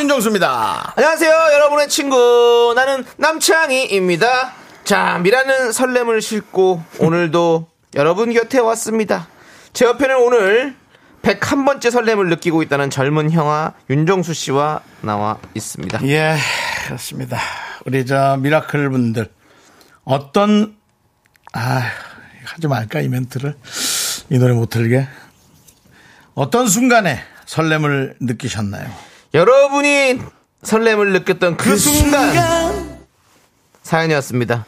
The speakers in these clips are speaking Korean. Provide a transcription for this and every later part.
윤정수입니다. 안녕하세요, 여러분의 친구. 나는 남창희입니다. 자, 미라는 설렘을 싣고 오늘도 여러분 곁에 왔습니다. 제 옆에는 오늘 101번째 설렘을 느끼고 있다는 젊은 형아 윤정수 씨와 나와 있습니다. 예 그렇습니다. 우리 저 미라클 분들 어떤 아 하지 말까 이 멘트를 이 노래 못 틀게 어떤 순간에 설렘을 느끼셨나요? 여러분이 설렘을 느꼈던 그, 순간. 사연이었습니다.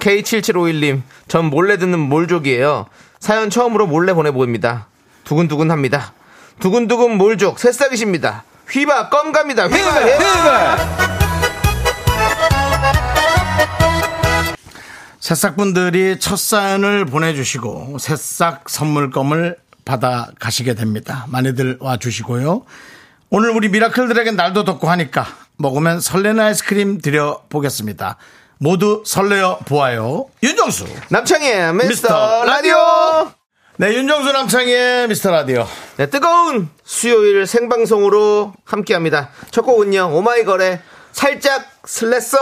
K7751님, 전 몰래 듣는 몰족이에요. 사연 처음으로 몰래 보내봅니다. 두근두근합니다. 두근두근 몰족, 새싹이십니다. 휘바 껌갑니다. 휘바, 휘바. 새싹분들이 첫 사연을 보내주시고 새싹 선물껌을 받아 가시게 됩니다. 많이들 와주시고요. 오늘 우리 미라클들에게 날도 덥고 하니까 먹으면 설레는 아이스크림 드려보겠습니다. 모두 설레어 보아요. 윤정수. 남창희의 미스터 미스터 라디오. 네, 윤정수 남창희의 미스터 라디오. 네, 뜨거운 수요일 생방송으로 함께합니다. 첫 곡은요, 오마이걸의 살짝 슬랬어.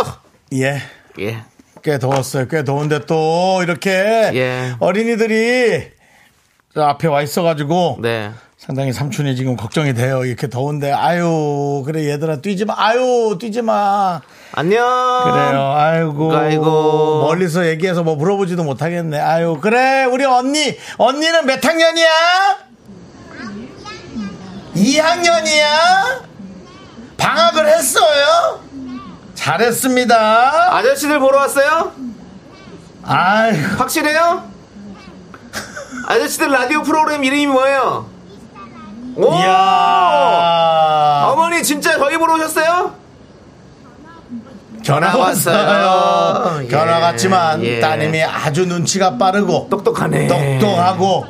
예. 예. 꽤 더웠어요. 꽤 더운데 또 이렇게 예. 어린이들이 저 앞에 와 있어가지고 네. 상당히 삼촌이 지금 걱정이 돼요. 이렇게 더운데 아유 그래 얘들아 뛰지 마. 아유 뛰지 마. 안녕. 그래요. 아이고. 아이고. 멀리서 얘기해서 뭐 물어보지도 못하겠네. 아유 그래 우리 언니 언니는 몇 학년이야? 2학년이야? 방학을 했어요? 잘했습니다. 아저씨들 보러 왔어요? 아이고. 확실해요? 아저씨들 라디오 프로그램 이름이 뭐예요? 오! 이야. 어머니 진짜 저희 보러 오셨어요? 전화 왔어요. 예. 전화 왔지만 예. 따님이 아주 눈치가 빠르고 똑똑하네. 똑똑하고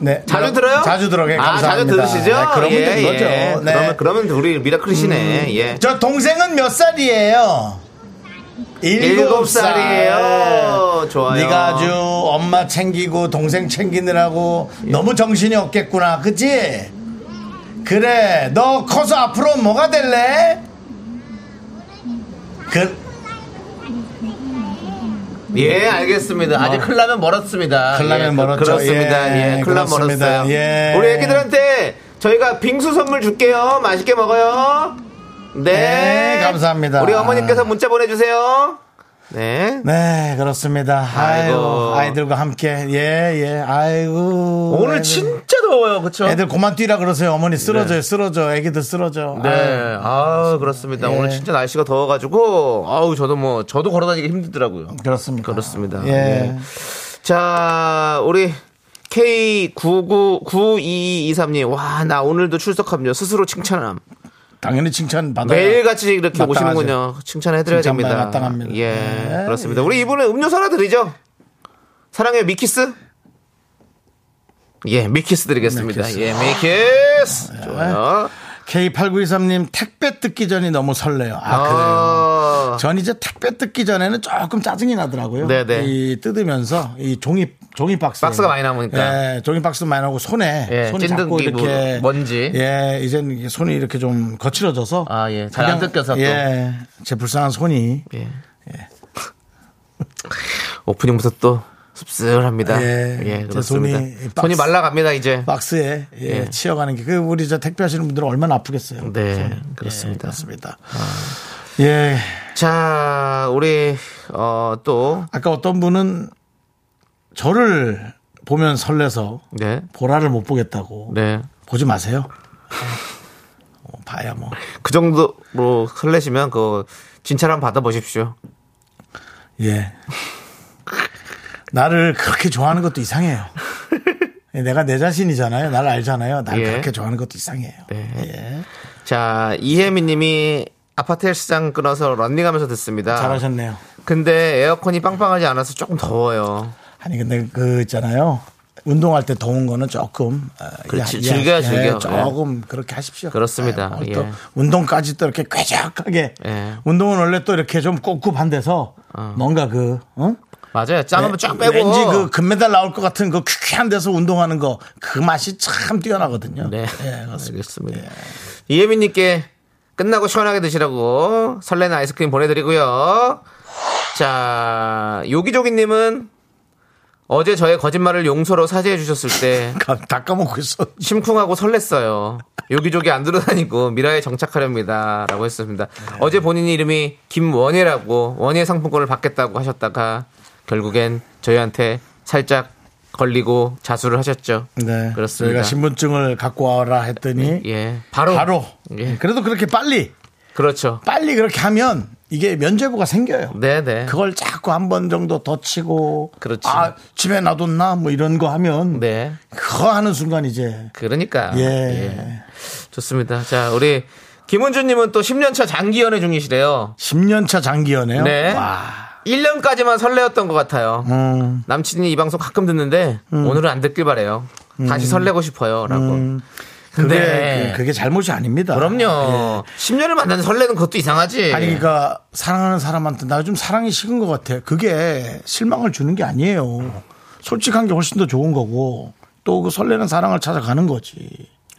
네 자주 여러- 들어요? 자주 들어요. 예, 아, 자주 감사합니다. 들으시죠? 네, 그러면 예, 된 거죠. 예. 네. 음. 그러면, 그러면 우리 미라클이시네. 예. 저 동생은 몇 살이에요? 일곱 살. 살이에요. 좋아요. 네가 아주 엄마 챙기고 동생 챙기느라고 예. 너무 정신이 없겠구나, 그치? 그래, 너 커서 앞으로 뭐가 될래? 그 예, 알겠습니다. 아직 클라면 멀었습니다. 어. 클라면 예, 그- 멀었죠. 그렇습니다. 예, 예, 클라 그렇습니다. 멀었어요. 예. 우리 애기들한테 저희가 빙수 선물 줄게요. 맛있게 먹어요. 네. 네, 감사합니다. 우리 어머님께서 문자 보내주세요. 네. 네, 그렇습니다. 아이고, 아이고. 아이들과 함께. 예, 예, 아이고. 오늘 애들. 진짜 더워요. 그쵸? 애들 그만 뛰라 그러세요. 어머니 쓰러져요, 쓰러져. 애기들 쓰러져. 아유. 네, 아 그렇습니다. 예. 오늘 진짜 날씨가 더워가지고, 아우 저도 뭐 저도 걸어다니기 힘들더라고요. 그렇죠. 그렇습니다. 그렇습니다. 예. 네. 자, 우리 K999223님, 와, 나 오늘도 출석함요. 스스로 칭찬함. 당연히 칭찬 받아요. 매일같이 이렇게 마땅하죠. 오시는군요. 칭찬해드려야 네. 칭찬만 됩니다. 마땅합니다. 예, 네. 그렇습니다. 우리 이분은 음료수 하나 드리죠? 사랑해, 미키스? 예, 미키스 드리겠습니다. 미키스. 네. 예, 미키스! 좋아요. K8923님 택배 뜯기 전이 너무 설레요. 아, 그래요. 아, 전 이제 택배 뜯기 전에는 조금 짜증이 나더라고요. 네네. 이 뜯으면서 이 종이 종이 박스 박스가 많이 남으니까. 예, 종이 박스 많이 나고 손에 예, 손이 자꾸 찐득이 뭐, 이렇게 먼지. 예, 이젠 이게 손이 이렇게 좀 거칠어져서 아, 예. 잘안 그냥, 뜯겨서 또. 예, 제 불쌍한 손이 예. 오프닝부터 또 씁쓸합니다. 예, 예, 제 그렇습니다. 손이 손이, 박스- 말라갑니다 이제. 박스에 예, 예. 치여가는 게 그 우리 저 택배하시는 분들은 얼마나 아프겠어요. 네, 아. 예, 그렇습니다. 그렇습니다. 예, 자, 우리 어 또 아까 어떤 분은 저를 보면 설레서 네, 보라를 못 보겠다고 네. 보지 마세요. 어, 봐야 뭐. 그 정도로 설레시면 그 진찰 한번 받아보십시오. 예. 나를 그렇게 좋아하는 것도 이상해요. 예, 내가 내 자신이잖아요. 나를 알잖아요. 예. 날 예. 그렇게 좋아하는 것도 이상해요. 네. 자, 이혜미님이 아파트 헬스장 끊어서 런닝하면서 듣습니다. 잘하셨네요. 근데 에어컨이 빵빵하지 않아서 조금 더워요. 아니 근데 그 있잖아요. 운동할 때 더운 거는 조금 어, 그렇지, 즐겨야 예, 즐겨. 조금 그렇게 하십시오. 그렇습니다. 예, 또 예. 운동까지 또 이렇게 쾌적하게 예. 운동은 원래 또 이렇게 좀 꿉꿉한 데서 뭔가 그 어? 맞아요. 짬 한번 쫙 빼고. 왠지 그 금메달 나올 것 같은 그 퀴퀴한 데서 운동하는 거 그 맛이 참 뛰어나거든요. 네. 예, 그렇습니다. 알겠습니다. 이예민님께 끝나고 시원하게 드시라고 설레는 아이스크림 보내드리고요. 자, 요기조기님은 어제 저의 거짓말을 용서로 사죄해 주셨을 때 가- 다 까먹고 있어. 심쿵하고 설렜어요. 여기저기 안 들어다니고 미라에 정착하렵니다. 라고 했습니다. 네. 어제 본인 이름이 김원예라고 원예 상품권을 받겠다고 하셨다가 결국엔 저희한테 살짝 걸리고 자수를 하셨죠. 네. 그렇습니다. 저희가 신분증을 갖고 와라 했더니 예. 바로. 바로 예. 그래도 그렇게 빨리 그렇죠. 빨리 그렇게 하면 이게 면제부가 생겨요. 네네. 그걸 자꾸 한 번 정도 더 치고 그렇지. 아 집에 놔뒀나 뭐 이런 거 하면 네. 그거 하는 순간 이제 그러니까. 예. 좋습니다. 자, 우리 김은주님은 또 10년차 장기 연애 중이시래요. 10년 차 장기 연애요. 네. 와. 1년까지만 설레었던 것 같아요. 음. 남친이 이 방송 가끔 듣는데 오늘은 안 듣길 바래요. 다시 설레고 싶어요라고. 그게 근데 음. 그- 그게 잘못이 아닙니다. 네. 그럼요. 예. 10년을 만나서 설레는 것도 이상하지. 아니 그러니까 사랑하는 사람한테 나 좀 사랑이 식은 것 같아. 그게 실망을 주는 게 아니에요. 솔직한 게 훨씬 더 좋은 거고 또 그 설레는 사랑을 찾아가는 거지.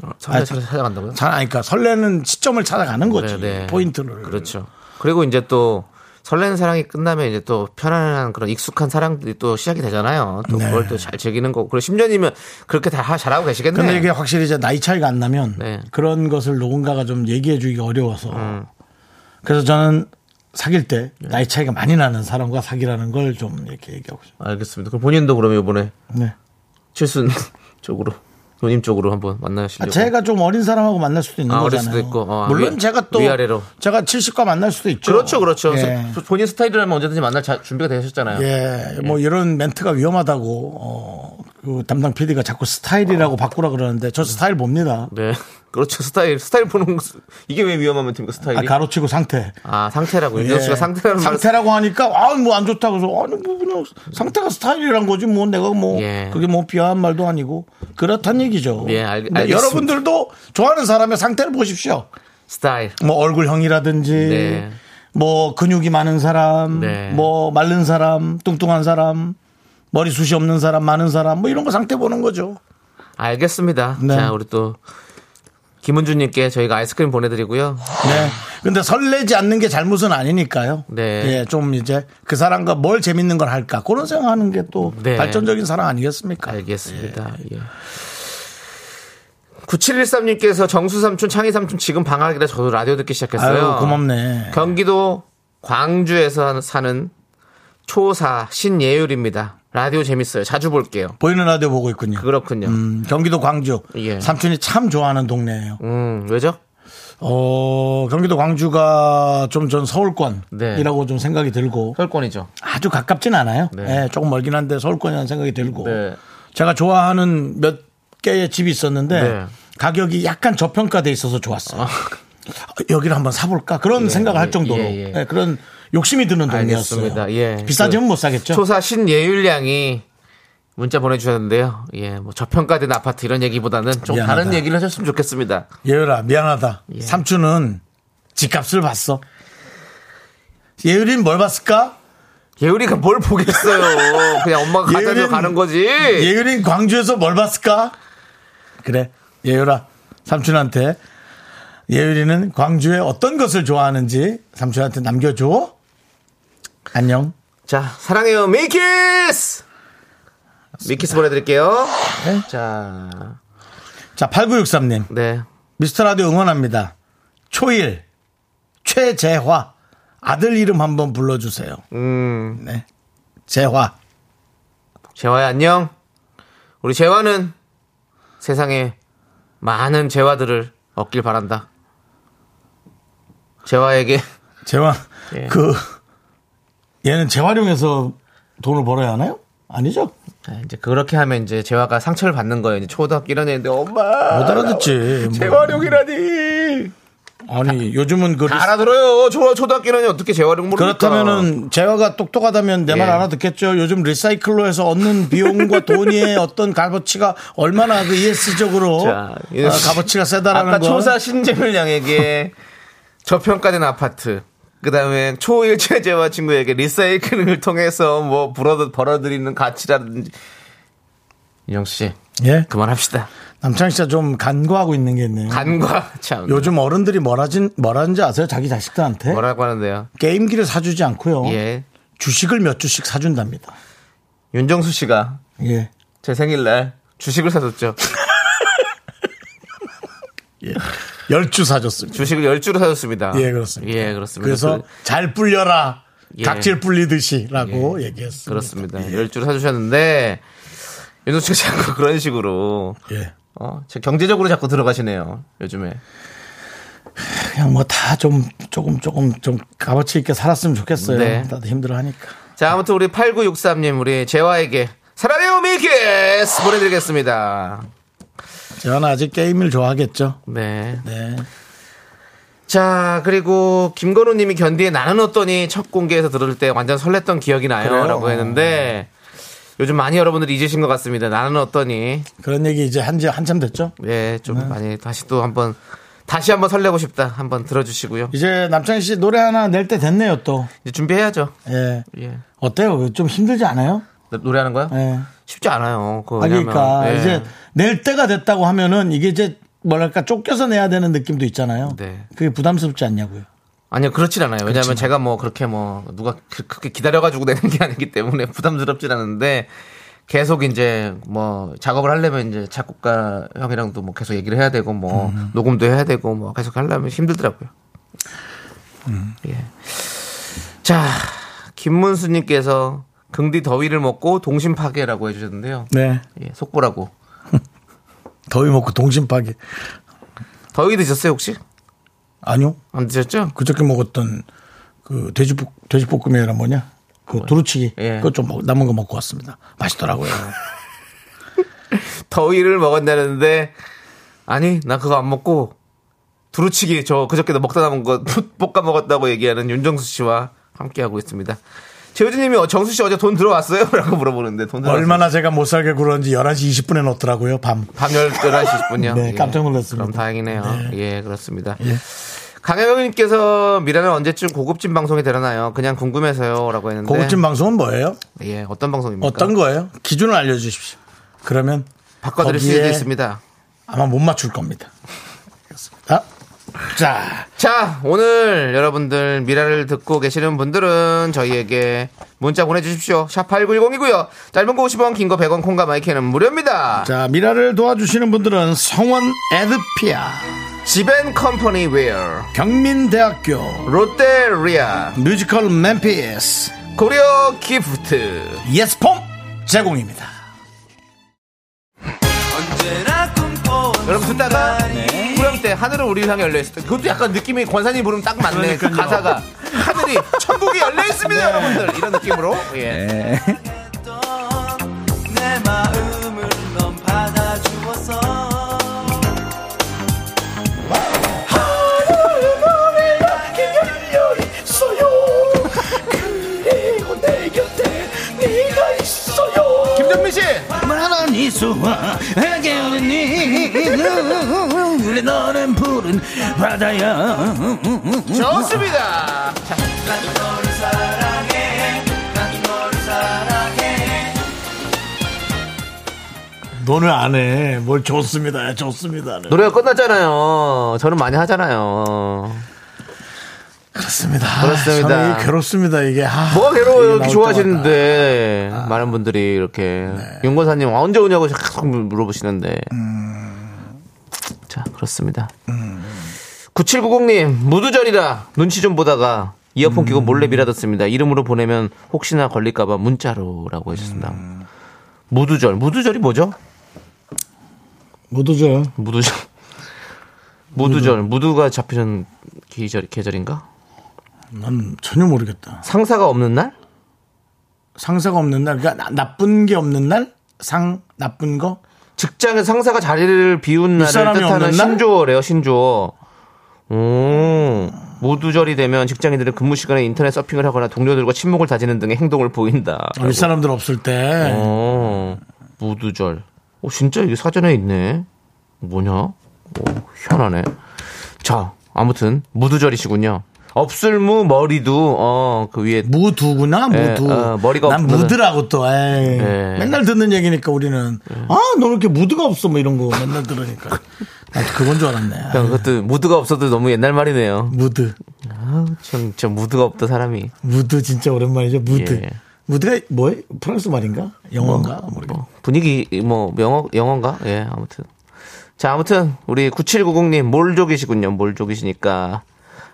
어, 설레 아니, 찾아- 찾아간다고요? 잘 아니까 그러니까 설레는 시점을 찾아가는 거지. 네, 네. 포인트를. 그렇죠. 그리고 이제 또 설레는 사랑이 끝나면 이제 또 편안한 그런 익숙한 사랑들이 또 시작이 되잖아요. 또 네. 그걸 또 잘 즐기는 거고. 그리고 10년이면 그렇게 다 하- 잘하고 계시겠네요. 근데 이게 확실히 이제 나이 차이가 안 나면 네. 음. 그런 것을 누군가가 좀 얘기해 주기가 어려워서 그래서 저는 사귈 때 네. 나이 차이가 많이 나는 사람과 사귀라는 걸 좀 이렇게 얘기하고 싶어요. 알겠습니다. 그럼 본인도 그러면 이번에 네. 칠순 쪽으로 본인 쪽으로 한번 아, 만나시려고. 제가 좀 어린 사람하고 만날 수도 있는 아, 어릴 거잖아요. 수도 있고, 어, 물론 위- 제가 또 위아래로. 제가 70과 만날 수도 있죠. 그렇죠, 그렇죠. 예. 소- 본인 스타일이라면 언제든지 만날 자- 준비가 되셨잖아요. 예, 뭐 이런 멘트가 위험하다고 어, 그 담당 PD가 자꾸 어. 스타일이라고 바꾸라 그러는데 음. 저 스타일 봅니다. 아, 네. 그렇죠. 스타일, 스타일 보는 거, 이게 왜 위험한 아, 멘트입니까, 스타일이? 아, 가로치고 상태. 상태라고. 윤정 씨가 예. 상태라는 말을. 상태라고 하니까 아 뭐 안 좋다 그래서 아니 뭐 그냥 상태가 스타일이란 거지 뭐 내가 뭐 예. 그게 뭐 비하한 말도 아니고 그렇단 얘기죠. 예, 알- 근데 알겠습니다. 여러분들도 좋아하는 사람의 상태를 보십시오. 스타일. 뭐 얼굴형이라든지 네. 뭐 근육이 많은 사람, 네. 뭐 마른 사람, 뚱뚱한 사람, 머리숱이 없는 사람, 많은 사람 뭐 이런 거 상태 보는 거죠. 알겠습니다. 네. 자, 우리 또 김은주님께 저희가 아이스크림 보내드리고요. 네. 근데 설레지 않는 게 잘못은 아니니까요. 네. 예, 좀 이제 그 사람과 뭘 재밌는 걸 할까 그런 생각하는 게 또 네. 발전적인 사랑 아니겠습니까? 알겠습니다. 예. 9713님께서 정수 삼촌, 창희 삼촌 지금 방학이라 저도 라디오 듣기 시작했어요. 아유, 고맙네. 경기도 광주에서 사는 초사 신예율입니다. 라디오 재밌어요. 자주 볼게요. 보이는 라디오 보고 있군요. 그렇군요. 음, 음, 경기도 광주. 예. 삼촌이 참 좋아하는 동네예요. 음, 왜죠? 어, 경기도 광주가 좀 전 서울권이라고 좀 생각이 들고 혈권이죠. 아주 가깝진 않아요. 네. 예, 조금 멀긴 한데 서울권이라는 생각이 들고 네. 제가 좋아하는 몇 개의 집이 있었는데 네. 아. 가격이 약간 저평가돼 있어서 좋았어요. 아, 여기를 한번 사볼까 그런 생각을 할 정도로 네, 예, 예. 예, 그런 욕심이 드는 알겠습니다. 동네였어요. 예. 비싸지면 그 못 사겠죠. 초사 신예율 양이 문자 보내주셨는데요. 예, 뭐 저평가된 아파트 이런 얘기보다는 좀 미안하다. 다른 얘기를 하셨으면 좋겠습니다. 예율아 미안하다. 삼촌은 집값을 봤어. 예율이는 뭘 봤을까? 예율이가 뭘 보겠어요. 그냥 엄마가 가자줘 예율이는- 가는 거지. 예율이는 광주에서 뭘 봤을까? 그래 예율아 삼촌한테 예율이는 광주에 어떤 것을 좋아하는지 삼촌한테 남겨줘. 안녕. 자, 사랑해요. 미키스! 미키스 보내드릴게요. 네. 자, 자, 8963님. 네. 미스터 라디오 응원합니다. 초일, 최재화. 아들 이름 한번 불러주세요. 음, 네. 재화. 재화야, 안녕. 우리 재화는 세상에 많은 재화들을 얻길 바란다. 재화에게 재화. 예. 그, 얘는 재활용해서 돈을 벌어야 하나요? 아니죠? 아, 이제 그렇게 하면 이제 재화가 상처를 받는 거예요. 이제 초등학교 1학년인데 엄마 못 알아듣지. 뭐. 재활용이라니. 아니 요즘은 그 다 알아들어요. 초, 초등학교는 어떻게 재활용 모르니까. 그렇다면은 재화가 똑똑하다면 내 말 그러니까 예. 알아듣겠죠. 요즘 리사이클로 해서 얻는 비용과 돈의 어떤 값어치가 얼마나 그 ES적으로 자, 예. 값어치가 세다라는 아까 거. 초사 신재물 양에게 저평가된 아파트. 그다음에 초일체 재화 친구에게 리사이클링을 통해서 뭐 벌어 벌어들이는 가치라든지 인형 씨 예. 그만합시다. 남창 씨가 좀 간과하고 있는 게 있네요. 간과 참 요즘 어른들이 뭐라진 뭐라는지 아세요? 자기 자식들한테 뭐라고 하는데요. 게임기를 사주지 않고요. 예 주식을 몇 주씩 사준답니다. 윤정수 씨가 예. 제 생일날 주식을 사줬죠. 예. 열주 사줬습니다. 주식을 열 주로 사줬습니다. 예, 그렇습니다. 예 그렇습니다. 그래서 그- 잘 불려라. 예. 각질 불리듯이라고 얘기했습니다. 그렇습니다. 열 주로 사주셨는데 윤정수 씨가 자꾸 그런 식으로 예. 어, 제 경제적으로 자꾸 들어가시네요. 요즘에. 그냥 뭐 다 좀 조금 조금 좀 값어치 있게 살았으면 좋겠어요. 네. 다들 힘들어하니까. 자, 아무튼 우리 8963님, 우리 재화에게 사랑해요, 미키스! 보내드리겠습니다. 저는 아직 게임을 좋아하겠죠. 네. 네. 자, 그리고 김건우 님이 견디에 나는 어떠니 첫 공개에서 들을 때 완전 설렜던 기억이 나요. 그래요? 라고 했는데 요즘 많이 여러분들이 잊으신 것 같습니다. 나는 어떠니. 그런 얘기 이제 한지 한참 됐죠. 예, 좀 네. 많이 다시 또 한번 다시 한번 설레고 싶다. 한번 들어주시고요. 이제 남창희 씨 노래 하나 낼 때 됐네요 또. 이제 준비해야죠. 예. 예. 어때요? 좀 힘들지 않아요? 노래하는 거요? 예. 쉽지 않아요. 그거 아, 그러니까 왜냐면, 예. 이제 낼 때가 됐다고 하면은 이게 이제 뭐랄까 쫓겨서 내야 되는 느낌도 있잖아요. 네. 그게 부담스럽지 않냐고요. 아니요, 그렇진 않아요. 왜냐하면 제가 뭐 그렇게 뭐 누가 그- 그렇게 기다려가지고 내는 게 아니기 때문에 부담스럽진 않은데 계속 이제 뭐 작업을 하려면 이제 작곡가 형이랑도 뭐 계속 얘기를 해야 되고 뭐 녹음도 해야 되고 뭐 계속 하려면 힘들더라고요. 예. 자, 김문수님께서 긍디 더위를 먹고 동심 파괴라고 해주셨는데요. 네. 예, 속보라고. 더위 먹고 동심 파괴. 더위 드셨어요 혹시? 아니요. 안 드셨죠? 그저께 먹었던 그 돼지 돼지볶음이라 뭐냐? 그 두루치기. 예. 그거 좀 먹- 남은 거 먹고 왔습니다. 맛있더라고요. 더위를 먹었다는데 아니 나 그거 안 먹고 두루치기 저 그저께도 먹다 남은 거 볶아 먹었다고 얘기하는 윤정수 씨와 함께하고 있습니다. 최우진님이 정수 씨 어제 돈 들어왔어요?라고 물어보는데 돈 들어왔어요? 얼마나 제가 못 살게 굴었는지 11시 20분에 넣더라고요. 밤. 밤 11, 11시 10분이요. 예. 네, 깜짝 놀랐습니다. 그럼 다행이네요. 예, 그렇습니다. 강혜경님께서 미라는 언제쯤 고급진 방송이 되려나요? 그냥 궁금해서요라고 했는데 고급진 방송은 뭐예요? 예 어떤 방송입니까? 어떤 거예요? 기준을 알려 주십시오. 그러면 바꿔드릴 수도 거기에 있습니다. 아마 못 맞출 겁니다. 그렇습니다. 자, 자, 오늘 여러분들 미라를 듣고 계시는 분들은 저희에게 문자 보내주십시오. 샵8910이고요. 짧은 거 50원, 긴 거 100원, 콩과 마이크는 무료입니다. 자 미라를 도와주시는 분들은 성원 에드피아, 지벤컴퍼니 웨어, 경민대학교, 롯데리아, 뮤지컬 맨피스, 고려 기프트. 예스폼 제공입니다. 여러분 듣다가 구령 때 하늘은 우리 향해 열려있을 때 그것도 약간 느낌이 권사님 부르면 딱 맞네. 그 가사가. 하늘이 천국이 열려있습니다, 여러분들. 이런 느낌으로. 예. 내 마음을 넌 받아주었어 김정민 씨! 만원 이수와 해결니 우리 너는 푸른 바다야 좋습니다. 돈을 안해뭘 좋습니다 좋습니다 노래가 끝났잖아요. 저는 많이 하잖아요. 그렇습니다 그렇습니다. 참 이게 괴롭습니다 이게 아, 뭐가 괴로워요? 이게 이렇게 나올 좋아하시는데 많은 분들이 이렇게 윤건사님 아, 언제 오냐고 계속 물어보시는데 음. 자 그렇습니다. 음. 9790님 무두절이라 눈치 좀 보다가 이어폰 끼고 몰래 밀어듣습니다. 이름으로 보내면 혹시나 걸릴까봐 문자로라고 해주셨습니다. 무두절 무두절이 뭐죠? 때마다. 못 오죠 무두절 무두절 무두가 잡히는 계절 계절인가? 난 전혀 모르겠다 상사가 없는 날? 상사가 없는 날 그러니까 나- 나쁜 게 없는 날 상 나쁜 거 직장에 상사가 자리를 비운 날을 윗사람이 뜻하는 없는 날? 신조어래요, 신조어. 음. 모두절이 되면 직장인들은 근무 시간에 인터넷 서핑을 하거나 동료들과 친목을 다지는 등의 행동을 보인다. 윗사람들 없을 때 어, 무두절. 어, 진짜 이게 사전에 있네. 뭐냐? 어, 희한하네. 자, 아무튼, 무두절이시군요. 없을무 머리도, 어, 그 위에. 무두구나 무두. 예, 어, 머리가 난 없구나. 무드라고 또. 에이. 예. 맨날 듣는 얘기니까 우리는 네. 아너 왜 이렇게 무드가 없어 뭐 이런 거 맨날 들으니까 나 그건 줄 알았네. 그냥 그것도 무드가 없어도 너무 옛날 말이네요. 무드 아, 참, 진짜 무드가 없다, 사람이. 무드 진짜 오랜만이죠 무드. 예. 무드가 뭐예요? 프랑스 말인가? 영어인가? 모르겠. 뭐, 분위기, 뭐, 영어, 영어인가? 예, 아무튼. 자, 아무튼, 우리 9790님, 몰족이시군요. 몰족이시니까.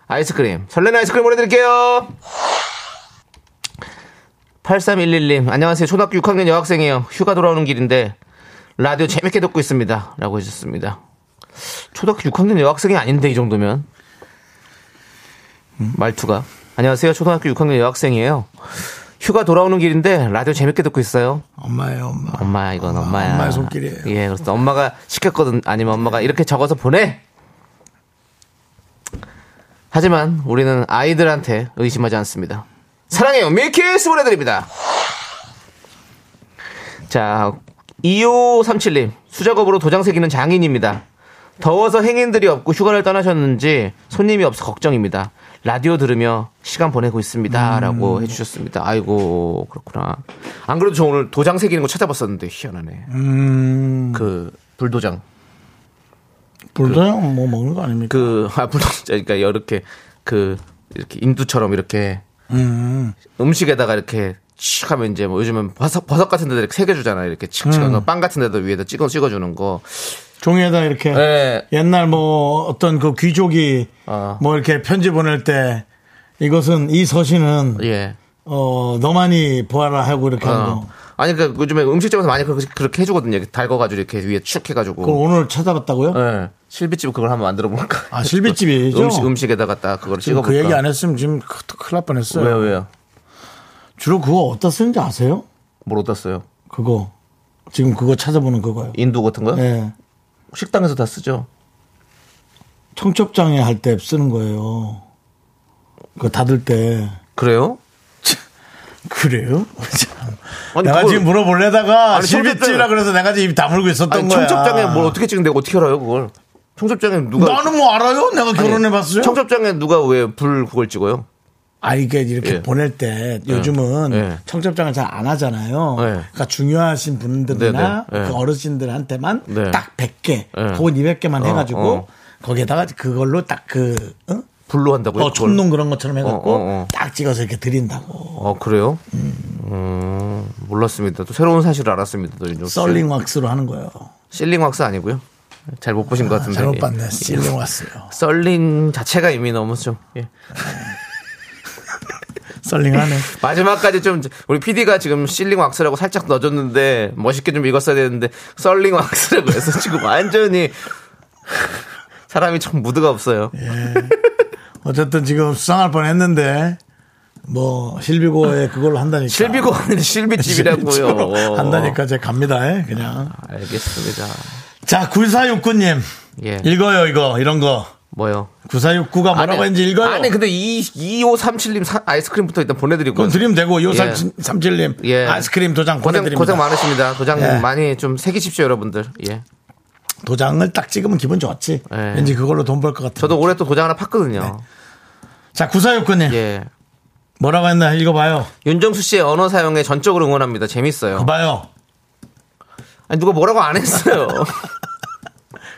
아이스크림. 설레는 아이스크림 보내드릴게요. 8311님, 안녕하세요. 초등학교 6학년 여학생이에요. 휴가 돌아오는 길인데, 라디오 재밌게 듣고 있습니다. 라고 해주셨습니다. 초등학교 6학년 여학생이 아닌데, 이 정도면. 음? 말투가. 안녕하세요. 초등학교 6학년 여학생이에요. 휴가 돌아오는 길인데, 라디오 재밌게 듣고 있어요. 엄마예요 엄마. 엄마야 이건 엄마, 야 엄마의 손길이에요. 예, 그래서 엄마가 시켰거든. 아니면 엄마가 이렇게 적어서 보내. 하지만 우리는 아이들한테 의심하지 않습니다. 사랑해요. 밀키스 보내드립니다. 자, 2537님. 수작업으로 도장 새기는 장인입니다. 더워서 행인들이 없고 휴가를 떠나셨는지 손님이 없어 걱정입니다. 라디오 들으며 시간 보내고 있습니다. 라고 해주셨습니다. 아이고, 그렇구나. 안 그래도 저 오늘 도장 새기는 거 찾아봤었는데 희한하네. 그, 불도장. 불도요? 뭐 먹는 거 아닙니까? 그, 아, 불도장. 그러니까 이렇게, 그, 이렇게 인두처럼 이렇게 음. 음식에다가 이렇게 칙 하면 이제 뭐 요즘은 버섯, 버섯 같은 데다 이렇게 새겨주잖아요. 이렇게 칙칙 한거 빵 같은 데다 위에다 찍어, 찍어주는 거. 그 종이에다 이렇게 예. 옛날 뭐 어떤 그 귀족이 어. 뭐 이렇게 편지 보낼 때 이것은 이 서신은 예. 어 너만이 보아라 하고 이렇게 한 거. 어. 아니, 그니까 요즘에 음식점에서 많이 그렇게, 그렇게 해주거든요. 이렇게 달궈가지고 이렇게 위에 축 그걸 해가지고. 오늘 찾아봤다고요? 예. 실비집 그걸 한번 만들어 볼까? 아, 실비집이죠? 음식, 음식에다가 딱 그걸 지금 찍어볼까? 그 얘기 안 했으면 지금 큰- 큰일 날 뻔했어요. 왜요, 왜요? 주로 그거 어디다 쓰는지 아세요? 뭘 얻었어요? 그거 지금 그거 찾아보는 그거요. 인두 같은 거요? 예. 식당에서 다 쓰죠. 청첩장에 할 때 쓰는 거예요. 그거 닫을 때. 그래요? 그래요? 참. 아니, 내가 그걸- 지금 물어보려다가 아니, 실비집이라 청첩장을- 그래서 내가 지금 입 다물고 있었던 아니, 거야. 청첩장에 뭐 뭘 어떻게 찍는데 어떻게 알아요, 그걸? 청첩장에 누가. 나는 뭐 알아요? 내가 아니, 결혼해봤어요? 청첩장에 누가 왜 불 그걸 찍어요? 아, 이게 이렇게 예. 보낼 때 요즘은 예. 청첩장을 잘 안 하잖아요. 예. 그러니까 중요하신 분들이나 네, 네, 예. 그 어르신들한테만 네. 딱 100개 예. 혹은 200개만 해가지고 어. 거기에다가 그걸로 딱 그 어? 불로 한다고요? 어, 그걸? 촌농 그런 것처럼 해갖고 뭐, 어, 어, 어. 딱 찍어서 이렇게 드린다고. 어 그래요? 음, 몰랐습니다. 또 새로운 사실을 알았습니다. 또 윤종수 씨. 썰링 왁스로 하는 거예요. 실링 왁스 아니고요. 잘 못 보신 것 같은데. 잘못 예. 봤네. 썰링 왁스요. 썰링 자체가 이미 너무 좀 예. 썰링하네. 마지막까지 좀 우리 PD가 지금 실링 왁스라고 살짝 넣어줬는데 멋있게 좀 읽었어야 되는데 썰링 왁스라고 해서 지금 완전히 사람이 참 무드가 없어요. 예. 어쨌든 지금 수상할 뻔했는데 뭐 실비고에 그걸로 한다니까. 실비고 아닌 실비집이라고요. 실비집으로 한다니까 제가 갑니다. 예, 그냥. 알겠습니다. 자, 9469님. 예. 읽어요, 이거. 이런 거. 뭐요? 9469가 뭐라고 아니, 했는지 읽어요. 아니 그- 근데 이 2537님 사, 아이스크림부터 일단 보내드리고 그건 드리면 되고, 예. 5337님. 예. 뭐, 아이스크림 도장 고생, 보내드립니다. 고생 많으십니다. 도장 예. 많이 좀 새기십시오, 여러분들. 예. 도장을 딱 찍으면 기분 좋지. 예. 왠지 그걸로 돈 벌 것 같아. 저도 올해 또 도장 하나 팠거든요. 자, 9469님. 예. 뭐라고 했나 읽어봐요. 윤정수 씨의 언어 사용에 전적으로 응원합니다. 재밌어요. 그거 봐요. 아니, 누가 뭐라고 안 했어요.